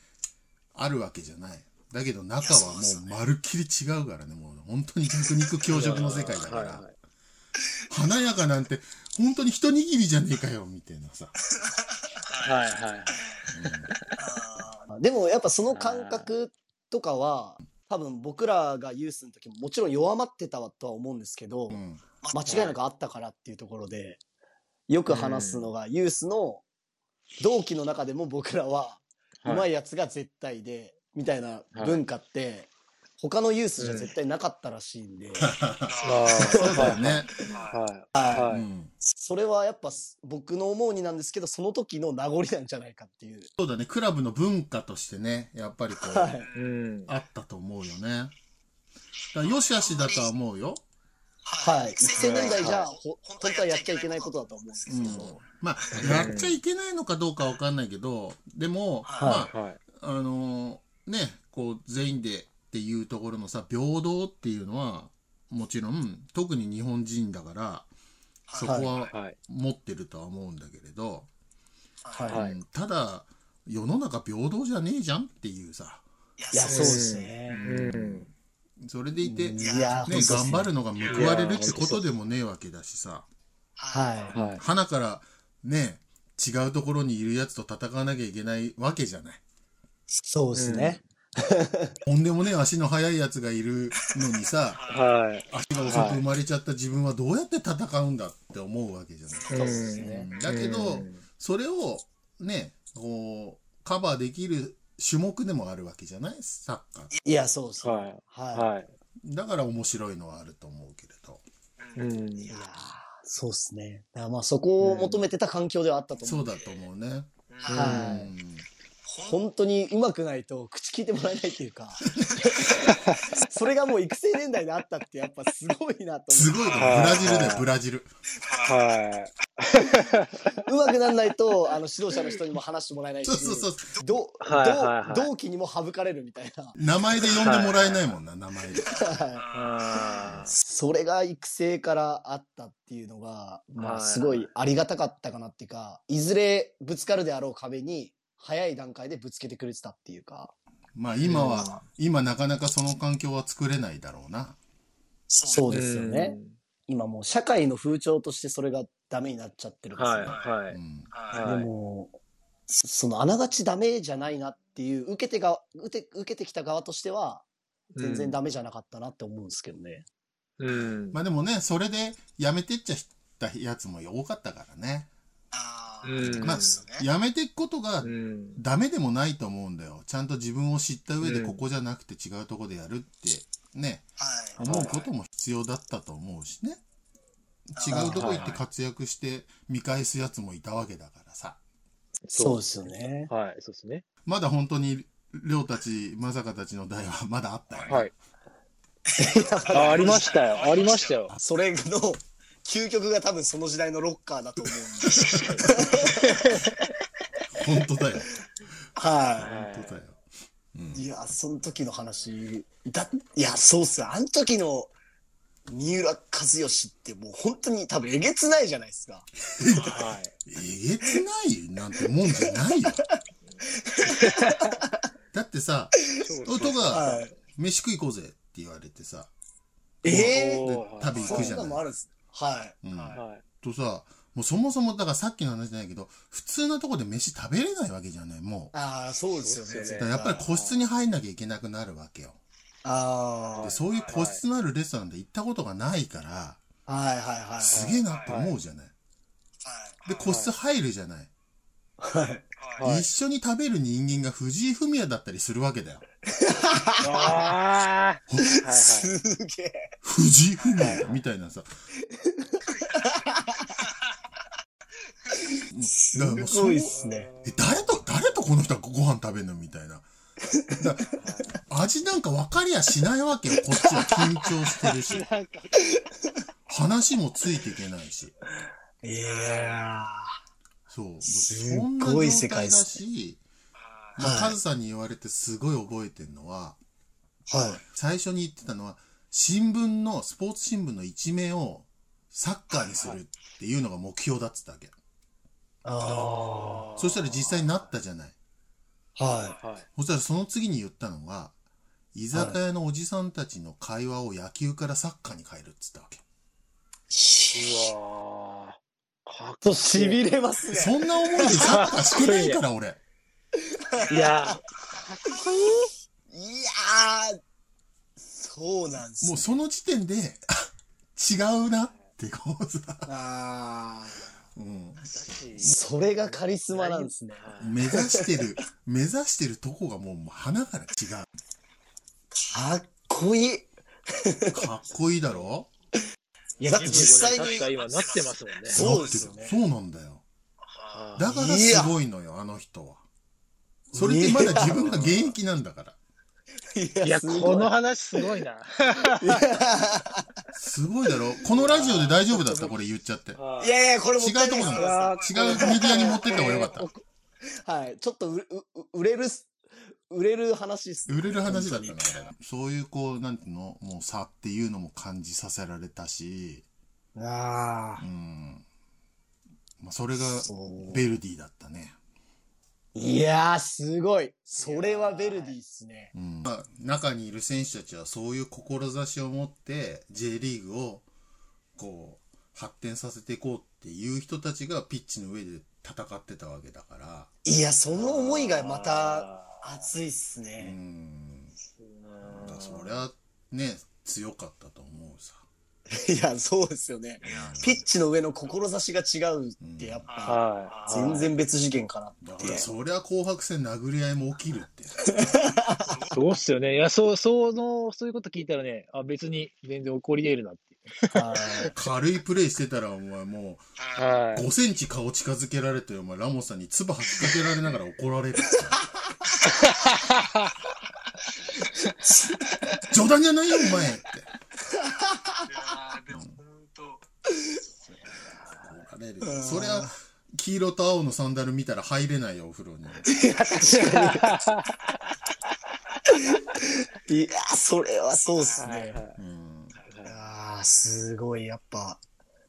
[SPEAKER 4] あるわけじゃない。だけど中はもうまるっきり違うからね、もう本当に弱肉強食の世界だか
[SPEAKER 2] はい
[SPEAKER 4] ら
[SPEAKER 2] は。い
[SPEAKER 4] 華やかなんて本当に一握りじゃねえかよ、みたいな さ。
[SPEAKER 2] はいはい。
[SPEAKER 3] でもやっぱその感覚とかは、多分僕らがユースの時ももちろん弱まってたとは思うんですけど、
[SPEAKER 4] うん。
[SPEAKER 3] 間違いなくあったからっていうところで、よく話すのが、ユースの同期の中でも僕らは、うまいやつが絶対で、みたいな文化って、他のユースじゃ絶対なかったらしいん で、
[SPEAKER 2] ああ、
[SPEAKER 4] そうだよね。
[SPEAKER 5] あ。
[SPEAKER 2] はい。
[SPEAKER 4] う
[SPEAKER 2] はい。
[SPEAKER 4] ん。
[SPEAKER 3] それはやっぱす僕の思うになんですけど、その時の名残なんじゃないかっていう。
[SPEAKER 4] そうだね、クラブの文化としてね、やっぱりこう、
[SPEAKER 3] はい。
[SPEAKER 2] うん。
[SPEAKER 4] あったと思うよね。だからよしあしだとは思うよ。
[SPEAKER 3] はい。1000年代じゃ、
[SPEAKER 5] はい
[SPEAKER 3] ほ本当はやっちゃいけないことだと思うんですけど。
[SPEAKER 4] まあ、やっちゃいけないのかどうかわかんないけど、でも、
[SPEAKER 5] は
[SPEAKER 4] ま
[SPEAKER 2] はい。
[SPEAKER 4] あ、あのーね、こう、全員でっていうところのさ、平等っていうのは、もちろん、特に日本人だから、そこは
[SPEAKER 2] はい。
[SPEAKER 4] 持ってるとは思うんだけれど、
[SPEAKER 5] はい。
[SPEAKER 2] はい
[SPEAKER 4] うんただ、世の中平等じゃねえじゃんっていうさ、
[SPEAKER 5] い
[SPEAKER 3] いや、そうです
[SPEAKER 2] う
[SPEAKER 3] ね。
[SPEAKER 2] ん。
[SPEAKER 4] それでいて、
[SPEAKER 3] い
[SPEAKER 4] ね、
[SPEAKER 3] や、本当です
[SPEAKER 4] 頑
[SPEAKER 3] ね
[SPEAKER 4] 張るのが報われるってことでもねえわけだしさ、
[SPEAKER 3] は
[SPEAKER 2] はい。
[SPEAKER 4] 花からね、違うところにいるやつと戦わなきゃいけないわけじゃない。
[SPEAKER 3] そうですね。
[SPEAKER 4] とんでもねえ足の速いやつがいるのにさ
[SPEAKER 2] はい。
[SPEAKER 4] 足が遅く生まれちゃった自分はどうやって戦うんだって思うわけじゃない、
[SPEAKER 3] そうですね。
[SPEAKER 4] だけど、それをねこうカバーできる種目でもあるわけじゃないサッカーって
[SPEAKER 3] いや、そうですね。
[SPEAKER 2] は。
[SPEAKER 3] はいい。
[SPEAKER 2] は
[SPEAKER 4] だから面白いのはあると思うけれど
[SPEAKER 2] い。うん。
[SPEAKER 3] いやーそうですね。だからまあそこを求めてた環境ではあったと
[SPEAKER 4] そ
[SPEAKER 3] 思う。
[SPEAKER 4] うだと思うね、
[SPEAKER 3] は
[SPEAKER 4] う
[SPEAKER 3] い。
[SPEAKER 4] ん
[SPEAKER 3] 本当に上手くないと口聞いてもらえないっていうか、それがもう育成年代であったってやっぱすごいなと
[SPEAKER 4] すごいねブラジルだよブラジル
[SPEAKER 2] はい。
[SPEAKER 3] 思う。上手くならないと、あの指導者の人にも話してもらえないし
[SPEAKER 4] そう、そうそう
[SPEAKER 3] ど
[SPEAKER 2] はいはいはい
[SPEAKER 3] ど同期にも省かれるみたいな。
[SPEAKER 4] 名前で呼んでもらえないもんな名前で
[SPEAKER 2] あ
[SPEAKER 3] それが育成からあったっていうのが、ま
[SPEAKER 2] は
[SPEAKER 3] あ
[SPEAKER 2] い
[SPEAKER 3] すごいありがたかったかなっていうか、いずれぶつかるであろう壁に、早い段階でぶつけてくれてたっていうか。
[SPEAKER 4] まあ今は今なかなかその環境は作れないだろうな
[SPEAKER 3] そう
[SPEAKER 2] ー
[SPEAKER 3] ですよね。。今もう社会の風潮としてそれがダメになっちゃってるんですよ、
[SPEAKER 2] はい。は
[SPEAKER 4] う
[SPEAKER 2] い。
[SPEAKER 4] ん
[SPEAKER 2] いはい
[SPEAKER 3] でも、そそのあながちダメじゃないなっていう、受けてが、受け受けてきた側としては、全然ダメじゃなかったなって思うんですけどね。
[SPEAKER 2] うん。
[SPEAKER 4] まあでもね、それでやめてっちゃったやつも多かったからね。
[SPEAKER 5] ああ、
[SPEAKER 2] うん
[SPEAKER 5] まあ、ですね。
[SPEAKER 4] やめていくことが
[SPEAKER 2] うん。
[SPEAKER 4] ダメでもないと思うんだよ。ちゃんと自分を知った上で
[SPEAKER 2] うん
[SPEAKER 4] ここじゃなくて違うとこでやるってね、
[SPEAKER 5] はい。
[SPEAKER 4] 思うことも必要だったと思うしね。違うとこ行って活躍して見返すやつもいたわけだからさ。
[SPEAKER 3] そうですよね。
[SPEAKER 2] はい、そうですね。
[SPEAKER 4] まだ本当に、りょうたち、まさかたちの代はまだあったよね。
[SPEAKER 2] はい。あありましたよ。ありましたよ。
[SPEAKER 3] それの、究極が多分その時代のロッカーだと思うんで。
[SPEAKER 4] 本当だよ。
[SPEAKER 3] は
[SPEAKER 4] 本当だよ。うん
[SPEAKER 3] い。いや、その時の話、だ、いや、そうっすよ。あの時の、三浦知良ってもう本当に多分えげつないじゃないですか。
[SPEAKER 2] は
[SPEAKER 4] えげつないなんてもんじゃないよ。だってさ、
[SPEAKER 2] い。
[SPEAKER 4] 音
[SPEAKER 3] は
[SPEAKER 4] が、
[SPEAKER 3] い。
[SPEAKER 4] 飯食い行こうぜって言われてさ、
[SPEAKER 3] え
[SPEAKER 4] で
[SPEAKER 2] おー
[SPEAKER 4] 旅行
[SPEAKER 3] ー、そ
[SPEAKER 4] くじ
[SPEAKER 3] んな
[SPEAKER 4] ゃ
[SPEAKER 3] のも
[SPEAKER 4] な
[SPEAKER 3] あ
[SPEAKER 4] い。
[SPEAKER 3] るんです。はい。
[SPEAKER 4] うん
[SPEAKER 2] はい。
[SPEAKER 4] とさ、もうそもそも、だからさっきの話じゃないけど、普通のとこで飯食べれないわけじゃない、も
[SPEAKER 3] ああ、そうですよ
[SPEAKER 2] そう
[SPEAKER 3] ね。
[SPEAKER 2] です
[SPEAKER 4] う。
[SPEAKER 2] よ
[SPEAKER 4] だからやっぱり個室に入んなきゃいけなくなるわけよ。
[SPEAKER 3] あ
[SPEAKER 4] で、そういう個室のあるレストランで行ったことがないから、
[SPEAKER 3] あ、はいはいはいはい。
[SPEAKER 4] すげえなって思うじゃない。
[SPEAKER 5] はい。
[SPEAKER 4] で、個室入るじゃない。
[SPEAKER 3] はい。
[SPEAKER 5] はい。
[SPEAKER 2] はい
[SPEAKER 4] 一緒に食べる人間が藤井フミヤだったりするわけだよ。
[SPEAKER 2] ああ。はいはい。
[SPEAKER 3] すげえ。
[SPEAKER 4] 藤井フミヤみたいなさ。だからも
[SPEAKER 3] す
[SPEAKER 4] うそ
[SPEAKER 3] ご
[SPEAKER 4] う
[SPEAKER 3] いっすね。
[SPEAKER 4] え誰と、誰とこの人はご飯食べんのみたいな。だ味なんか分かりやしないわけよ。こっちは緊張してるし。
[SPEAKER 2] なんか、
[SPEAKER 4] 話もついていけないし。
[SPEAKER 3] いや
[SPEAKER 4] そう。もう
[SPEAKER 3] す
[SPEAKER 4] そんな
[SPEAKER 3] ごい
[SPEAKER 4] 状
[SPEAKER 3] 世
[SPEAKER 4] 態
[SPEAKER 3] 界っ
[SPEAKER 4] だ
[SPEAKER 3] す
[SPEAKER 4] し、
[SPEAKER 5] は
[SPEAKER 4] まあ、
[SPEAKER 3] はい
[SPEAKER 4] カズさんに言われてすごい覚えてるのは、
[SPEAKER 3] ー。はい。
[SPEAKER 4] 最初に言ってたのは、新聞の、スポーツ新聞の一面をサッカーにするっていうのが目標だっつったわけ。
[SPEAKER 3] あ
[SPEAKER 4] そしたら実際になったじゃない。
[SPEAKER 3] あ。は
[SPEAKER 2] はい。
[SPEAKER 4] そしたらその次に言ったのが、居酒屋のおじさんたちの会話を野球からサッカーに変えるっつったわけ。
[SPEAKER 2] うわーかっ
[SPEAKER 3] い。と、痺れますね。
[SPEAKER 4] そんな思いでサッカーしてないから俺。
[SPEAKER 2] いいや
[SPEAKER 3] いやー、そうなん です
[SPEAKER 4] もう
[SPEAKER 3] ね。
[SPEAKER 4] その時点で、あ違うなってこうさ、
[SPEAKER 3] あ
[SPEAKER 4] うん、
[SPEAKER 3] ーそれがカリスマなんですね。
[SPEAKER 4] 目指し てる、目指してるとこがもう花から違う。
[SPEAKER 3] かっこいい。い
[SPEAKER 4] かっこいいだろ
[SPEAKER 3] や、だって実際
[SPEAKER 2] 確か
[SPEAKER 3] に、
[SPEAKER 2] 今なってますもんね。
[SPEAKER 3] そうですよね
[SPEAKER 4] だってそうなんだよ。
[SPEAKER 2] は
[SPEAKER 4] だからすごいのよ、あの人は。それってまだ自分が現役なんだから。
[SPEAKER 2] いいや、
[SPEAKER 3] す
[SPEAKER 2] こ
[SPEAKER 3] ご
[SPEAKER 2] の話すごいな。
[SPEAKER 4] すごいだろこのラジオで大丈夫だったこれ言っちゃって。違う
[SPEAKER 2] はい
[SPEAKER 3] いやいや、これもったいないです
[SPEAKER 4] 違うとこ
[SPEAKER 2] なの
[SPEAKER 4] メディアに持ってった方がよかった。
[SPEAKER 3] はい。ちょっとう、う、う売れるす、売れる話っすね
[SPEAKER 4] 売れる話だったな、あれそういうこう、なんていうのもう差っていうのも感じさせられたし、
[SPEAKER 3] あ
[SPEAKER 4] うん。まあ、それが
[SPEAKER 3] あ。そう
[SPEAKER 4] ベルディだったね。
[SPEAKER 3] いやー、すごい。それはベルディっすね。
[SPEAKER 4] うん。まあ中にいる選手たちはそういう志を持って、J リーグを、こう、発展させていこうっていう人たちがピッチの上で戦ってたわけだから、
[SPEAKER 3] いや、その思いがまた、熱いっす
[SPEAKER 4] う
[SPEAKER 3] ね。
[SPEAKER 4] ん。
[SPEAKER 2] うん
[SPEAKER 4] だからそりゃ、ね、強かったと思うさ。
[SPEAKER 3] いや、そうですよね。ピッチの上の志が違うっ
[SPEAKER 4] うん
[SPEAKER 3] て、やっぱ、
[SPEAKER 2] は
[SPEAKER 3] 全然別次元かな
[SPEAKER 4] だ
[SPEAKER 3] っ
[SPEAKER 4] か
[SPEAKER 3] て。
[SPEAKER 4] らそりゃ紅白戦殴り合いも起きるって。
[SPEAKER 2] そうっすよね。いや、そう、そうの、そういうこと聞いたらね、あ、別に全然怒り得るなって。
[SPEAKER 3] はい
[SPEAKER 4] 軽いプレイしてたらお前も
[SPEAKER 2] は
[SPEAKER 4] う5センチ顔近づけられてお前ラモスさんに唾吐きかけられながら怒られる。 冗談じゃないよお前って。
[SPEAKER 5] い。いやーでも本当。
[SPEAKER 4] 怒られるよ。そりゃ黄色と青のサンダル見たら入れないよお風呂に。
[SPEAKER 3] いや、それはそうっすね。
[SPEAKER 4] うん。
[SPEAKER 3] ああ、すごい、やっぱ。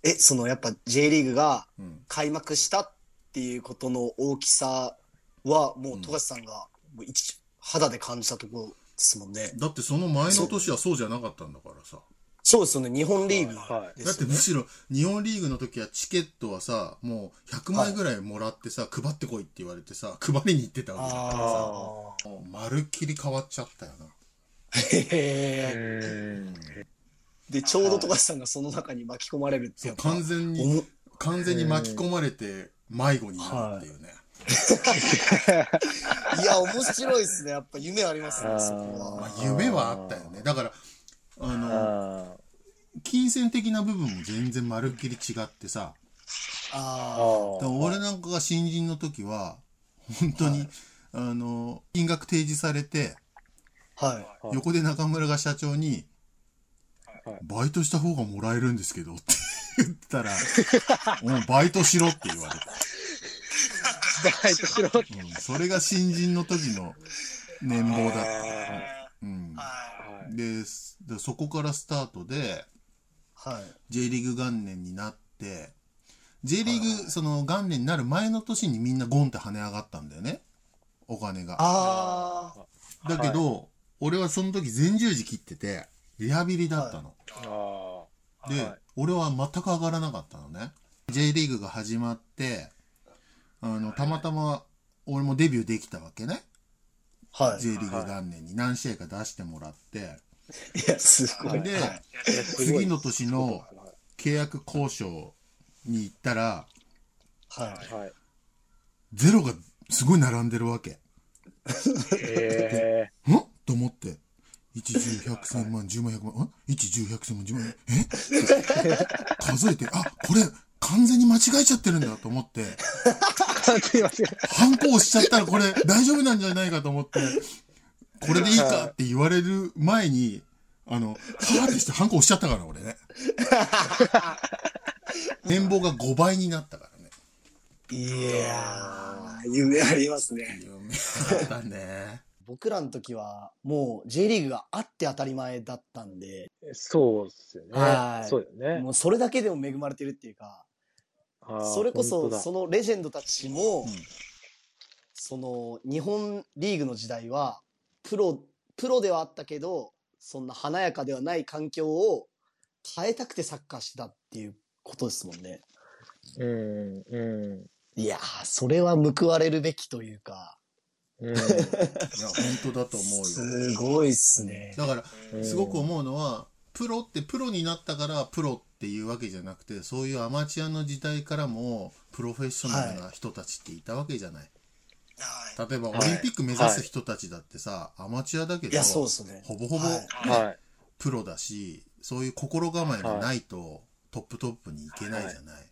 [SPEAKER 3] え、その、やっぱ J リーグが
[SPEAKER 4] うん。
[SPEAKER 3] 開幕したっていうことの大きさは、もう、富樫さんが、もう一、肌で感じたところですもんね。
[SPEAKER 4] だってその前の年はそうじゃなかったんだからさ。
[SPEAKER 3] そうですよね、日本リーグ
[SPEAKER 2] は
[SPEAKER 3] で
[SPEAKER 4] だっ
[SPEAKER 3] す
[SPEAKER 4] て
[SPEAKER 3] よ
[SPEAKER 4] む
[SPEAKER 3] ね。
[SPEAKER 4] しろ日本リーグの時はチケットはさ、もう100枚ぐらいもらってさ、配ってこいって言われてさ、配りに行ってたわけだから
[SPEAKER 3] ああ。
[SPEAKER 4] さ。もうまるっきり変わっちゃったよな。
[SPEAKER 3] へえ。
[SPEAKER 2] い。
[SPEAKER 3] で、ちょうど富樫さんがその中に巻き込まれるって
[SPEAKER 4] そ
[SPEAKER 3] や
[SPEAKER 4] う
[SPEAKER 3] っぱ
[SPEAKER 4] 完全に、
[SPEAKER 3] 思う
[SPEAKER 4] 完全に巻き込まれて迷子になるっていうね。
[SPEAKER 3] いや、面白いですね。やっぱ夢ありますね、そこ
[SPEAKER 4] まあ
[SPEAKER 3] は。、
[SPEAKER 4] 夢はあったよね。だから、あの、
[SPEAKER 2] あ
[SPEAKER 4] 金銭的な部分も全然まるっきり違ってさ、
[SPEAKER 2] あ
[SPEAKER 3] あ
[SPEAKER 4] だから
[SPEAKER 2] ー。
[SPEAKER 4] 俺なんかが新人の時は、本当に、あの、金額提示されて、
[SPEAKER 3] あ、はい。
[SPEAKER 2] はい
[SPEAKER 4] 横で中村が社長に、
[SPEAKER 2] はい
[SPEAKER 4] バイトした方がもらえるんですけどって 言ったら、もうバイトしろって言われた。
[SPEAKER 2] バイトしろって。
[SPEAKER 4] うん、それが新人の時の年俸だった。
[SPEAKER 5] は
[SPEAKER 4] うん、
[SPEAKER 5] い
[SPEAKER 4] で、すでそこからスタートで、
[SPEAKER 3] はい。
[SPEAKER 4] J リーグ元年になって、J リーグ、その元年になる前の年にみんなゴンって跳ね上がったんだよね。お金が。
[SPEAKER 3] ああ、
[SPEAKER 4] だけど、俺はその時前十字切ってて、リハビリだったの。
[SPEAKER 2] ああ。
[SPEAKER 4] で、
[SPEAKER 2] はい
[SPEAKER 4] 俺は全く上がらなかったのね。J リーグが始まって、あの、たまたま俺もデビューできたわけね。
[SPEAKER 3] はい。
[SPEAKER 4] J リーグ元年に何試合か出してもらって。
[SPEAKER 3] いや、すごい。
[SPEAKER 4] で、
[SPEAKER 3] はい
[SPEAKER 2] いやすごい
[SPEAKER 4] 次の年の契約交渉に行ったら、
[SPEAKER 3] はい。
[SPEAKER 2] はい。
[SPEAKER 4] ゼロがすごい並んでるわけ。
[SPEAKER 2] え
[SPEAKER 4] んと思って。1、10、100、1000万、10万、100万、ん ?1、10、100、1000万、10万、え数えて、あ、これ、完全に間違えちゃってるんだと思って、
[SPEAKER 2] ー。すいません。
[SPEAKER 4] 反抗しちゃったらこれ大丈夫なんじゃないかと思って、これでいいかって言われる前に、あの、はーってして反抗しちゃったから俺 ね。年俸が5倍になったからね。
[SPEAKER 3] いやー、夢ありますね。
[SPEAKER 4] 夢だったね。
[SPEAKER 3] 僕らの時は、もう J リーグがあって当たり前だったんで、
[SPEAKER 2] そうっすよね。
[SPEAKER 3] はい
[SPEAKER 2] そうよね
[SPEAKER 3] も。うそれだけでも恵まれてるっていうか、
[SPEAKER 2] あー
[SPEAKER 3] それこそ
[SPEAKER 2] 本当だ
[SPEAKER 3] そのレジェンドたちも、
[SPEAKER 4] うん
[SPEAKER 3] その日本リーグの時代は、プロ、プロではあったけど、そんな華やかではない環境を変えたくてサッカーしてたっていうことですもんね。
[SPEAKER 2] うん、う
[SPEAKER 3] いやー、それは報われるべきというか、
[SPEAKER 2] ん、うん。
[SPEAKER 4] いや、本当だと思うよ。
[SPEAKER 3] すごいっすね。
[SPEAKER 4] だから、
[SPEAKER 2] うん
[SPEAKER 4] すごく思うのは、プロってプロになったからプロっていうわけじゃなくて、そういうアマチュアの時代からもプロフェッショナルな人たちっていたわけじゃない。例えばオ
[SPEAKER 2] は
[SPEAKER 4] リ
[SPEAKER 2] い
[SPEAKER 4] ンピック目指す人たちだってさ、アマチュアだけ
[SPEAKER 3] い
[SPEAKER 4] ど
[SPEAKER 3] や、、そうですね。
[SPEAKER 4] ほぼほぼ
[SPEAKER 3] はい
[SPEAKER 2] は
[SPEAKER 4] プロだし、そういう心構えがないとトップトップに行けないじゃない。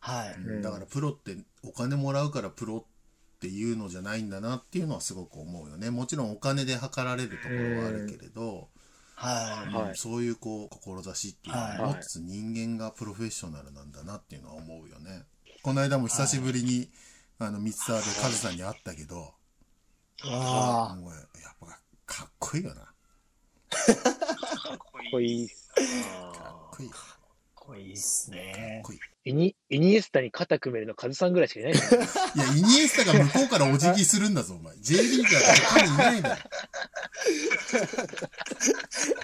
[SPEAKER 3] はい。
[SPEAKER 2] い
[SPEAKER 4] うんだからプロってお金もらうからプロっていうのじゃないんだなっていうのはすごく思うよね。もちろんお金で測られるところはあるけれど、
[SPEAKER 3] はい。
[SPEAKER 2] はい
[SPEAKER 4] うんそういうこう志っていうのを持つ人間がプロフェッショナルなんだなっていうのは思うよね。この間も久しぶりに、あのミツサーでカズさんに会ったけど、
[SPEAKER 3] あ
[SPEAKER 4] もうやっぱかっこいいよな。か
[SPEAKER 5] かっこい
[SPEAKER 2] い。
[SPEAKER 5] い
[SPEAKER 2] これいいっす
[SPEAKER 4] っこいい。
[SPEAKER 3] ー、か
[SPEAKER 4] かっ
[SPEAKER 3] っこいいっすね。
[SPEAKER 4] こいい。
[SPEAKER 2] イニイニエスタに肩組めるのカズさんぐらいしかいないですね
[SPEAKER 4] いや、イニエスタが向こうからお辞儀するんだぞ、お前。J リーガーが他にいないんだよ。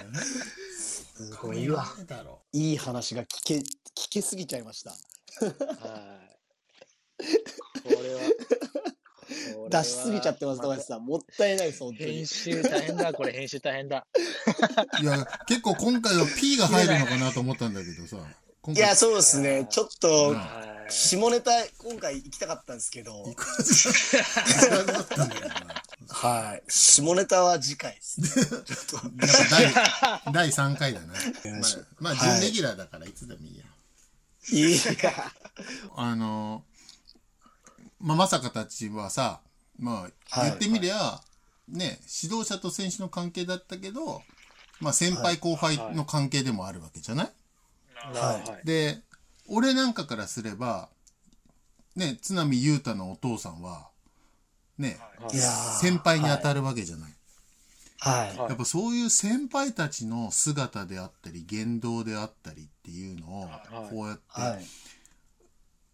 [SPEAKER 3] すごいわ。
[SPEAKER 4] 他にいないだろ
[SPEAKER 3] いい話が聞け、聞けすぎちゃいました。
[SPEAKER 2] はい。これは。これは
[SPEAKER 3] 出しすぎちゃってます、高橋さん。もったいないです、本当に
[SPEAKER 2] 編。集大変だ、これ編集大変だ。
[SPEAKER 4] いや、結構今回は P が入るのかなと思ったんだけどさ。今
[SPEAKER 3] い
[SPEAKER 4] 回
[SPEAKER 3] や、そうですね。ちょっ と、
[SPEAKER 2] は
[SPEAKER 3] 下ネタ、今回行きたかったんですけど
[SPEAKER 4] い、くらずだったんだよな。
[SPEAKER 3] はい。下ネタは次回ですね。ちょっと
[SPEAKER 4] やっぱ第第3回だな。
[SPEAKER 3] 願いします
[SPEAKER 4] まあ、まあ、
[SPEAKER 3] はい
[SPEAKER 4] 準レギュラーだからいつでもいいや。
[SPEAKER 3] いや、
[SPEAKER 4] あのー、まあ、まさかたちはさ、まあ、
[SPEAKER 3] はい
[SPEAKER 4] 言ってみりゃ、ね、指導者と選手の関係だったけど、まあ、先輩後輩の関係でもあるわけじゃない、
[SPEAKER 2] い。はい。
[SPEAKER 4] で、俺なんかからすれば、ね、津波雄太のお父さんは、ね、
[SPEAKER 2] はい
[SPEAKER 3] いや
[SPEAKER 4] 先輩に当たるわけじゃない。
[SPEAKER 3] はい。
[SPEAKER 2] はい
[SPEAKER 4] やっぱそういう先輩たちの姿であったり言動であったりっていうのを
[SPEAKER 2] はい
[SPEAKER 4] こうやっ
[SPEAKER 3] は
[SPEAKER 4] て
[SPEAKER 3] い。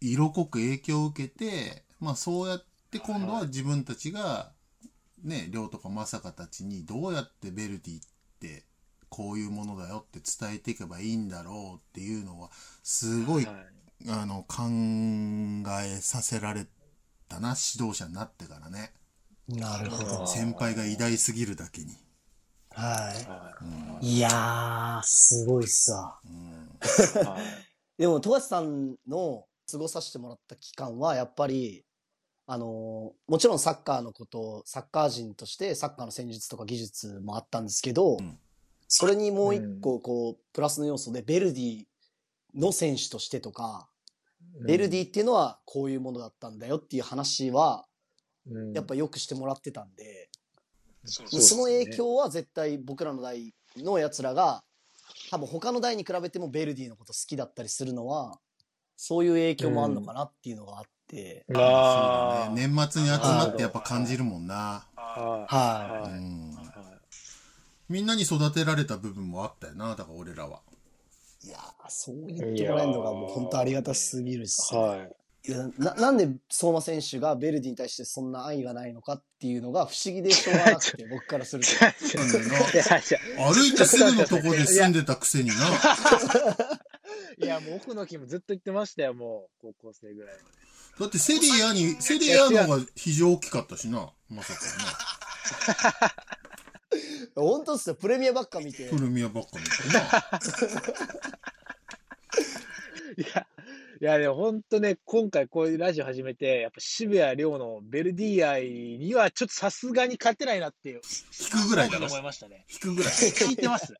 [SPEAKER 4] 色濃く影響を受けてまあそうやって今度は自分たちがね亮とか正香たちにどうやってヴェルディってこういうものだよって伝えていけばいいんだろうっていうのはすごい
[SPEAKER 2] はい
[SPEAKER 4] あの考えさせられたな指導者になってからね
[SPEAKER 3] なるほど。
[SPEAKER 4] 先輩が偉大すぎるだけに。
[SPEAKER 3] は
[SPEAKER 4] うん
[SPEAKER 3] い。いやー、すごいっすわ。
[SPEAKER 4] うん
[SPEAKER 3] でも、富樫さんの過ごさせてもらった期間は、やっぱり、あのーもちろんサッカーのことを、サッカー人としてサッカーの戦術とか技術もあったんですけど、
[SPEAKER 4] うん
[SPEAKER 3] それにもう一個、こう、プラスの要素で、ベルディの選手としてとか、ベルディっていうのはこういうものだったんだよっていう話は、
[SPEAKER 2] ィ
[SPEAKER 3] やっぱよくしてもらってたんで、
[SPEAKER 5] そう
[SPEAKER 2] そ
[SPEAKER 5] そうう
[SPEAKER 2] っす
[SPEAKER 3] そ
[SPEAKER 2] ね
[SPEAKER 3] の影響は絶対僕らの代のやつらが多分他の代に比べてもベルディのこと好きだったりするのはそういう影響もあるのかなっていうのがあって、
[SPEAKER 2] あ
[SPEAKER 4] そ
[SPEAKER 2] あ、
[SPEAKER 4] うだね。年末に集まってやっぱ感じるもんな。
[SPEAKER 5] あ
[SPEAKER 2] はい
[SPEAKER 3] はい、
[SPEAKER 4] う
[SPEAKER 2] はい
[SPEAKER 4] ん。みんなに育てられた部分もあったよな、だから俺らは。
[SPEAKER 3] いやーそう言ってもらえるのがもう本当ありがたすぎるし、
[SPEAKER 2] はい
[SPEAKER 3] いやななんで相馬選手がベルディに対してそんな愛がないのかっていうのが不思議でしょうがな くて僕からすると
[SPEAKER 4] うん
[SPEAKER 2] いやい や
[SPEAKER 4] 歩いてすぐのとこで住んでたく せにな。
[SPEAKER 2] いや、もう奥の木もずっと言ってましたよ、もう、高校生ぐらいまで。
[SPEAKER 4] だってセリアに、セリアの方が非常大きかったしな、まさか
[SPEAKER 3] 本当っすよプレミアばっか見て
[SPEAKER 4] ね。プレミアばっか見てな。
[SPEAKER 2] いや、いや、でも本当ね、今回こういうラジオ始めて、やっぱ渋谷亮のベルディ愛にはちょっとさすがに勝てないなっていう、
[SPEAKER 4] 引くぐらい だろ
[SPEAKER 2] 思いましたね。
[SPEAKER 4] 引くぐらい。
[SPEAKER 2] 聞いてます。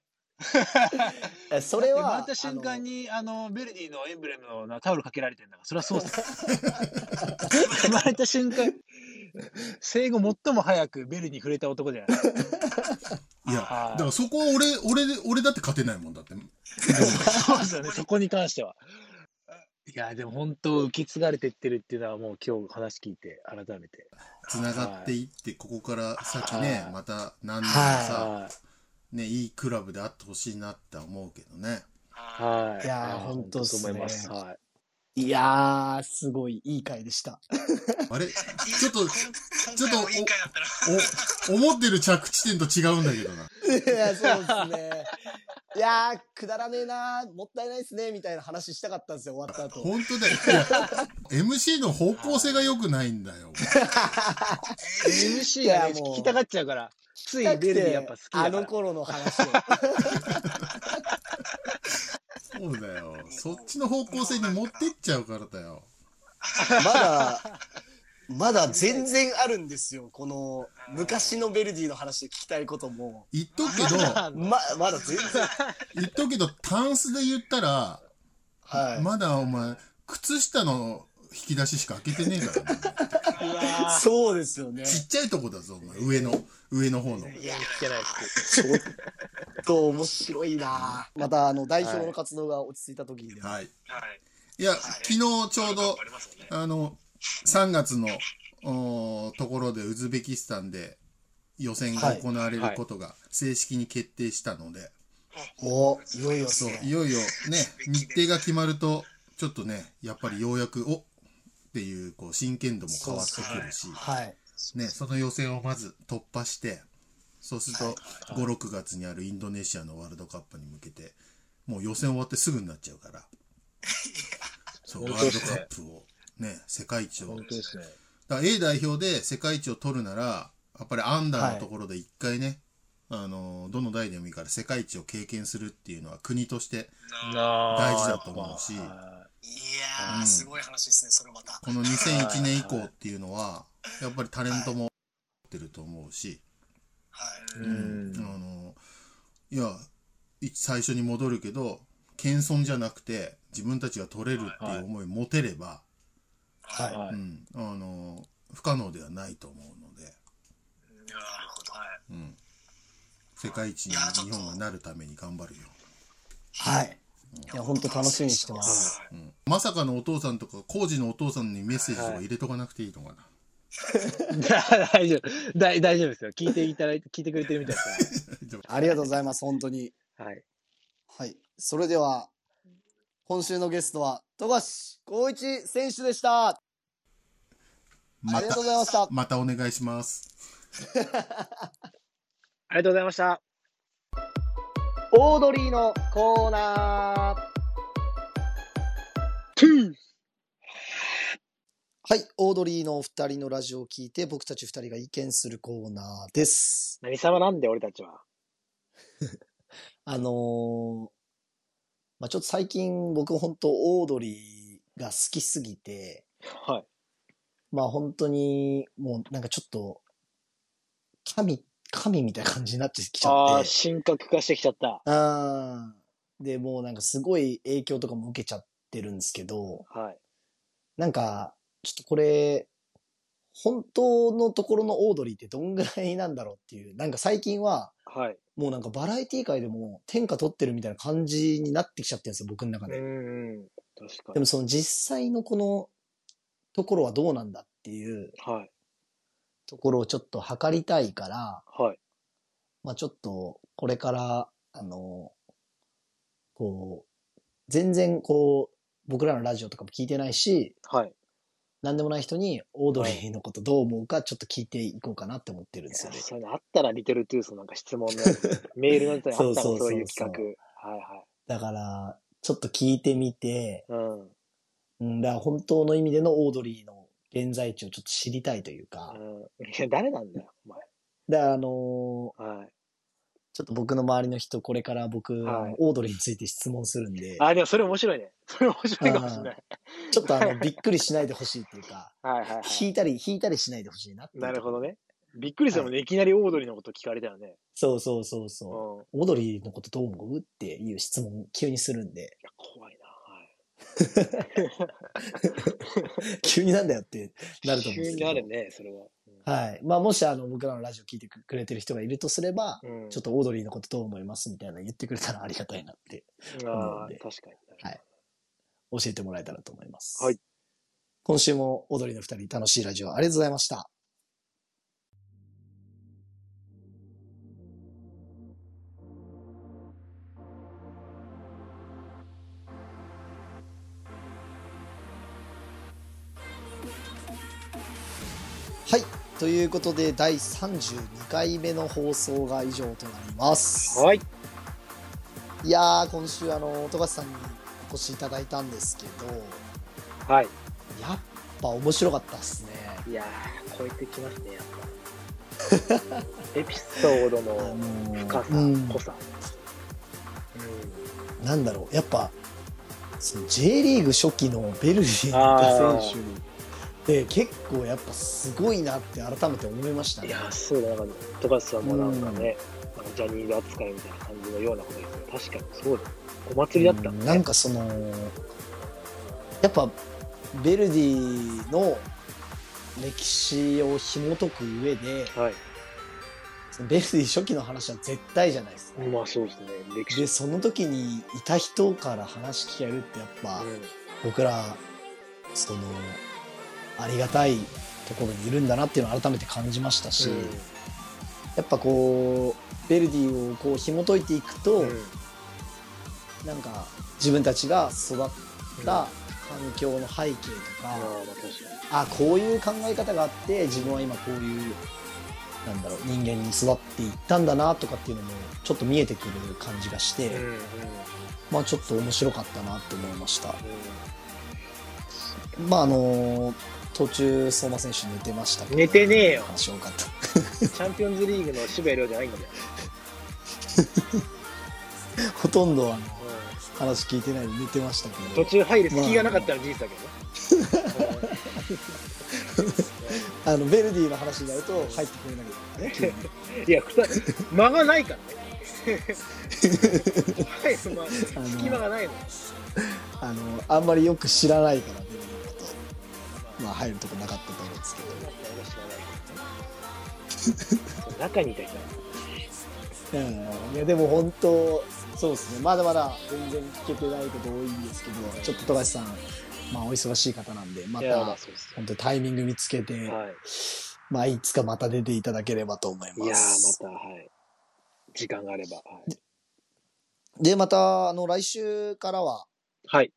[SPEAKER 3] えそれ
[SPEAKER 2] で生ま
[SPEAKER 3] は
[SPEAKER 2] れた瞬間に、あの、ベルディのエンブレムのなタオルかけられてるんだから、それはそうです。 生まれた瞬間、生後最も早くベルに触れた男じゃないですか。
[SPEAKER 4] いや、だ
[SPEAKER 2] はい
[SPEAKER 4] からそこは俺、俺、俺だって勝てないもんだって。
[SPEAKER 2] そうですよね、そこに関しては。いや、でも本当、受け継がれてってるっていうのは、もう今日話聞いて、改めて。
[SPEAKER 4] 繋がっていって、ここから先ね
[SPEAKER 2] は、い
[SPEAKER 4] また何年もさ、
[SPEAKER 2] はい。
[SPEAKER 4] ね、いいクラブであってほしいなって思うけどね。
[SPEAKER 2] はい。
[SPEAKER 3] いやー
[SPEAKER 2] や
[SPEAKER 3] 本当っすね
[SPEAKER 2] 本思います。はい
[SPEAKER 3] やーすごいいい回でした
[SPEAKER 4] あれちょっと、
[SPEAKER 5] ちょっと、いい回だったら、
[SPEAKER 4] お、 思ってる着地点と違うんだけどな。
[SPEAKER 3] いや、そうですね。いやー、くだらねえなー、もったいないですね、みたいな話したかったんですよ、終わった後。
[SPEAKER 4] 本当だよ。いや MC の方向性が良くないんだよ。
[SPEAKER 2] い。MC がね、
[SPEAKER 3] いやもう
[SPEAKER 2] 聞きたがっちゃうから、つい
[SPEAKER 3] 痛く
[SPEAKER 2] ベルディやってぱ好きだから。
[SPEAKER 3] あの頃の話を。
[SPEAKER 4] そうだよ。そっちの方向性に持ってっちゃうからだよ。
[SPEAKER 3] まだ、まだ全然あるんですよ、この、昔のベルディの話で聞きたいことも。
[SPEAKER 4] 言っとくけど、
[SPEAKER 3] ま、まだ全然。
[SPEAKER 4] 言っとくけど、タンスで言ったら、
[SPEAKER 3] はい。
[SPEAKER 4] まだお前、靴下の引き出ししか開けてねえからね。
[SPEAKER 2] うわー
[SPEAKER 3] そうですよね。
[SPEAKER 4] ちっちゃいとこだぞ、お前。上の、上の方の。
[SPEAKER 2] いや、聞けないです。
[SPEAKER 3] ちょっと面白いなーまた、あの、代表の活動が落ち着いた時にでも。
[SPEAKER 4] はい。
[SPEAKER 5] はい。
[SPEAKER 4] いや、昨日ちょうど
[SPEAKER 5] あ、りますよね。
[SPEAKER 4] あの、3月の、おーところでウズベキスタンで予選が行われることが正式に決定したので、
[SPEAKER 3] お、いよいよっす
[SPEAKER 4] そう、い
[SPEAKER 3] ね。
[SPEAKER 4] よいよね、日程が決まると、ちょっとね、やっぱりようやく、おっていう、こう、真剣度も変わってくるし、
[SPEAKER 3] はい。
[SPEAKER 4] ね、その予選をまず突破して、そうすると、5、6月にあるインドネシアのワールドカップに向けて、もう予選終わってすぐになっちゃうから、そう、
[SPEAKER 2] 本
[SPEAKER 4] ワ
[SPEAKER 2] 当
[SPEAKER 4] ー
[SPEAKER 2] で
[SPEAKER 4] ルド
[SPEAKER 2] すね
[SPEAKER 4] カップを、ね、世界一を
[SPEAKER 2] 本当ですね。
[SPEAKER 4] だから A 代表で世界一を取るなら、やっぱりアンダーのところで一回ね、あの、どの代でもいいから世界一を経験するっていうのは国として、
[SPEAKER 2] 大
[SPEAKER 4] 事だと思うし
[SPEAKER 5] いや
[SPEAKER 4] う
[SPEAKER 5] ー、
[SPEAKER 4] ん
[SPEAKER 5] すごい話ですね、それまた。
[SPEAKER 4] この2001年以降っていうのは、やっぱりタレントもってると思うし、
[SPEAKER 5] はい。
[SPEAKER 2] うん
[SPEAKER 4] あ。の、いや、い最初に戻るけど、謙遜じゃなくて、自分たちが取れるっていう思い持てれば、
[SPEAKER 3] はい。
[SPEAKER 2] は
[SPEAKER 4] う
[SPEAKER 2] い。
[SPEAKER 4] ん、あの、不可能ではないと思うので、
[SPEAKER 5] なるほど。はい。
[SPEAKER 4] うん。世界一に日本がなるために頑張るよ。
[SPEAKER 3] はい。いや、本当楽しみにしてます。
[SPEAKER 4] うんまさかのお父さんとか、工事のお父さんにメッセージとか入れとかなくていいのかな。
[SPEAKER 2] 大丈夫。大大丈夫ですよ。聞いていただいて、聞いてくれてるみたいですか
[SPEAKER 3] ありがとうございます、本当に。
[SPEAKER 2] ら。はい。
[SPEAKER 3] はい。それでは、今週のゲストは、富樫光一選手でした。あり
[SPEAKER 4] ま
[SPEAKER 3] がと
[SPEAKER 4] た
[SPEAKER 3] うご、ざいました。
[SPEAKER 4] またお願いします。
[SPEAKER 2] ありがとうございました。
[SPEAKER 3] オードリーのコーナー。はい。オードリーのお二人のラジオを聞いて、僕たち二人が意見するコーナーです。
[SPEAKER 2] 何様なんで、俺たちは。
[SPEAKER 3] あのーまあちょっと最近僕本当オードリーが好きすぎて、
[SPEAKER 2] はい。
[SPEAKER 3] まあ本当にもうなんかちょっと、神、神みたいな感じになってきち
[SPEAKER 2] あ
[SPEAKER 3] ゃ
[SPEAKER 2] あ、
[SPEAKER 3] って。
[SPEAKER 2] 神格化してきちゃった。
[SPEAKER 3] あーで、もうなんかすごい影響とかも受けちゃってるんですけど、
[SPEAKER 2] はい。
[SPEAKER 3] なんか、ちょっとこれ、本当のところのオードリーってどんぐらいなんだろうっていう、 なんか最近は、
[SPEAKER 2] はい。
[SPEAKER 3] もうなんかバラエティ界でも天下取ってるみたいな感じになってきちゃってるんですよ、僕の中
[SPEAKER 2] う
[SPEAKER 3] で。
[SPEAKER 2] んうん。確か
[SPEAKER 3] で
[SPEAKER 2] に。
[SPEAKER 3] もその実際のこのところはどうなんだっていう
[SPEAKER 2] はい。
[SPEAKER 3] ところをちょっと測りたいから、
[SPEAKER 2] はい。
[SPEAKER 3] まあちょっとこれから、あの、こう、全然こう、僕らのラジオとかも聞いてないし、
[SPEAKER 2] はい。
[SPEAKER 3] なんでもない人にオードリーのことどう思うかちょっと聞いていこうかなって思ってるんですよね。
[SPEAKER 2] そういうのあったら、リトルトゥースのなんか 質問のやつメールのやつにあった
[SPEAKER 3] そう
[SPEAKER 2] の、
[SPEAKER 3] そうそうそう
[SPEAKER 2] そういう企画。はいはい。
[SPEAKER 3] だから、ちょっと聞いてみて、
[SPEAKER 2] うん。うん
[SPEAKER 3] うん、だから本当の意味でのオードリーの現在地をちょっと知りたいというか、
[SPEAKER 2] いや、誰なんだよ、お前。
[SPEAKER 3] だからあのー
[SPEAKER 2] はい。
[SPEAKER 3] ちょっと僕の周りの人、これから僕、
[SPEAKER 2] はい
[SPEAKER 3] オードリーについて質問するんで、
[SPEAKER 2] あ、でもそれ面白いね。 それ面白いかもしれない。
[SPEAKER 3] ちょっとあの、びっくりしないでほしいっていうか、
[SPEAKER 2] はい はい、はい。
[SPEAKER 3] 引いたり、引いたりしないでほしいなっていう
[SPEAKER 2] なるほどね。びっくりしたもんね、い、きなりオードリーのこと聞かれたよね。
[SPEAKER 3] そうそうそう
[SPEAKER 2] うん。
[SPEAKER 3] そう。オードリーのことどう思うっていう質問急にするんで、
[SPEAKER 2] いや怖いな。 はい、
[SPEAKER 3] 急になんだよってなると思うんです
[SPEAKER 2] 急に
[SPEAKER 3] けど。
[SPEAKER 2] なるね、それは。
[SPEAKER 3] はい。まあ、もしあの、僕らのラジオ聞いてくれてる人がいるとすれば、
[SPEAKER 2] うん。うん
[SPEAKER 3] ちょっとオードリーのことどう思いますみたいなの言ってくれたらありがたいなって思う
[SPEAKER 2] あ
[SPEAKER 3] ん
[SPEAKER 2] あ、
[SPEAKER 3] で
[SPEAKER 2] 確かに。
[SPEAKER 3] はい教えてもらえたらと思います。
[SPEAKER 2] はい。
[SPEAKER 3] 今週もオードリーの二人楽しいラジオありがとうございました。はい。ということで、第32回目の放送が以上となります。
[SPEAKER 2] はい。
[SPEAKER 3] いやー、今週、あの、富樫さんにお越しいただいたんですけど、
[SPEAKER 2] はい。
[SPEAKER 3] やっぱ面白かったっすね。
[SPEAKER 2] いやー、超えてきますね、やっぱ。エ ピソード
[SPEAKER 3] あ
[SPEAKER 2] の
[SPEAKER 3] のー
[SPEAKER 2] 深さ、
[SPEAKER 3] うん
[SPEAKER 2] 濃さ。
[SPEAKER 3] なんだろう、やっぱ、その J リーグ初期のベルディ
[SPEAKER 2] あ
[SPEAKER 3] の
[SPEAKER 2] ー
[SPEAKER 3] 選手で結構やっぱすごいなって改めて思いました
[SPEAKER 2] うん、い
[SPEAKER 3] ね
[SPEAKER 2] や。ー、そうだ、なんか、富樫さんもなんかね、なんかジャニーズ扱いみたいな感じのようなことですよ。確かにそうだ。お祭りだった
[SPEAKER 3] うんん
[SPEAKER 2] だ
[SPEAKER 3] なん
[SPEAKER 2] ね。
[SPEAKER 3] かその、やっぱベルディの歴史を紐解く上で、
[SPEAKER 2] はい。
[SPEAKER 3] そのベルディ初期の話は絶対じゃないですか。
[SPEAKER 2] まあそうですね、歴史。
[SPEAKER 3] で、その時にいた人から話聞けるってやっぱ、
[SPEAKER 2] うん
[SPEAKER 3] 僕らそのありがたいところにいるんだなっていうのを改めて感じましたし、やっぱこうベルディをこう紐解いていくと、
[SPEAKER 2] うん
[SPEAKER 3] なんか自分たちが育っ
[SPEAKER 2] あ
[SPEAKER 3] た環境の背景と
[SPEAKER 2] あ
[SPEAKER 3] か、
[SPEAKER 2] まあ確か
[SPEAKER 3] あこういう考え方があって自分は今こういうなんだろう人間に育っていったんだなとかっていうのもちょっと見えてくる感じがして、
[SPEAKER 2] に。うんうんうん
[SPEAKER 3] まあちょっと面白かったなって思いました。まああの途中相馬選手寝てましたけど
[SPEAKER 2] 寝てねえよ
[SPEAKER 3] 話多かった
[SPEAKER 2] チャンピオンズリーグの渋谷亮じゃないんだよ。
[SPEAKER 3] ほとんどあの
[SPEAKER 2] う
[SPEAKER 3] 話聞いてないで寝てましたけ
[SPEAKER 2] ん
[SPEAKER 3] ど
[SPEAKER 2] 途中入る隙がなかったのは事実だ け
[SPEAKER 3] あのベルディの話になると入ってくれないから ね急に
[SPEAKER 2] どね。いや、ふた間がないからね。はい、その
[SPEAKER 3] あの
[SPEAKER 2] 隙間がないの。
[SPEAKER 3] あのあんまりよく知らないからベルディのこと、まあ、入るとこなかったと思うんですけど
[SPEAKER 2] 中にいた人は。
[SPEAKER 3] うんいやでも本当そうですねまだまだ全然聞けてないこと多いんですけどちょっと富樫さん、まあ、お忙しい方なんでま
[SPEAKER 2] いや、ま
[SPEAKER 3] た
[SPEAKER 2] あそうですよ。
[SPEAKER 3] 本当にタイミング見つけて、
[SPEAKER 2] はい。
[SPEAKER 3] まあいつかまた出ていただければと思い
[SPEAKER 2] いや
[SPEAKER 3] ま
[SPEAKER 2] ー
[SPEAKER 3] す。
[SPEAKER 2] また、はい。時間があれば。はい
[SPEAKER 3] でまたあの来週からは、
[SPEAKER 2] はい。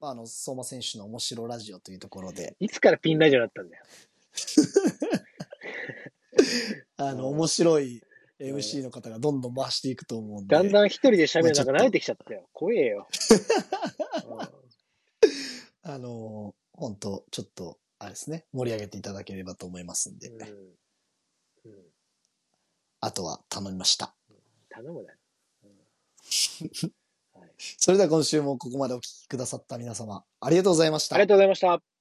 [SPEAKER 3] まあ、あの相馬選手の面白ラジオというところで
[SPEAKER 2] いつからピンラジオだったんだよ。
[SPEAKER 3] あの、
[SPEAKER 2] うん
[SPEAKER 3] 面白い MC の方がどんどん回していくと思うんで。
[SPEAKER 2] だんだん一人で喋るのが慣れてきちゃったよ。怖えよ。
[SPEAKER 3] あの、本当ちょっと、あれですね、盛り上げていただければと思いますんで、
[SPEAKER 2] うんうん
[SPEAKER 3] あとは頼みました。
[SPEAKER 2] 頼むなよ。それでは今週もここまでお聞きくださった皆様、ありがとうございました
[SPEAKER 3] あり。がとうございました。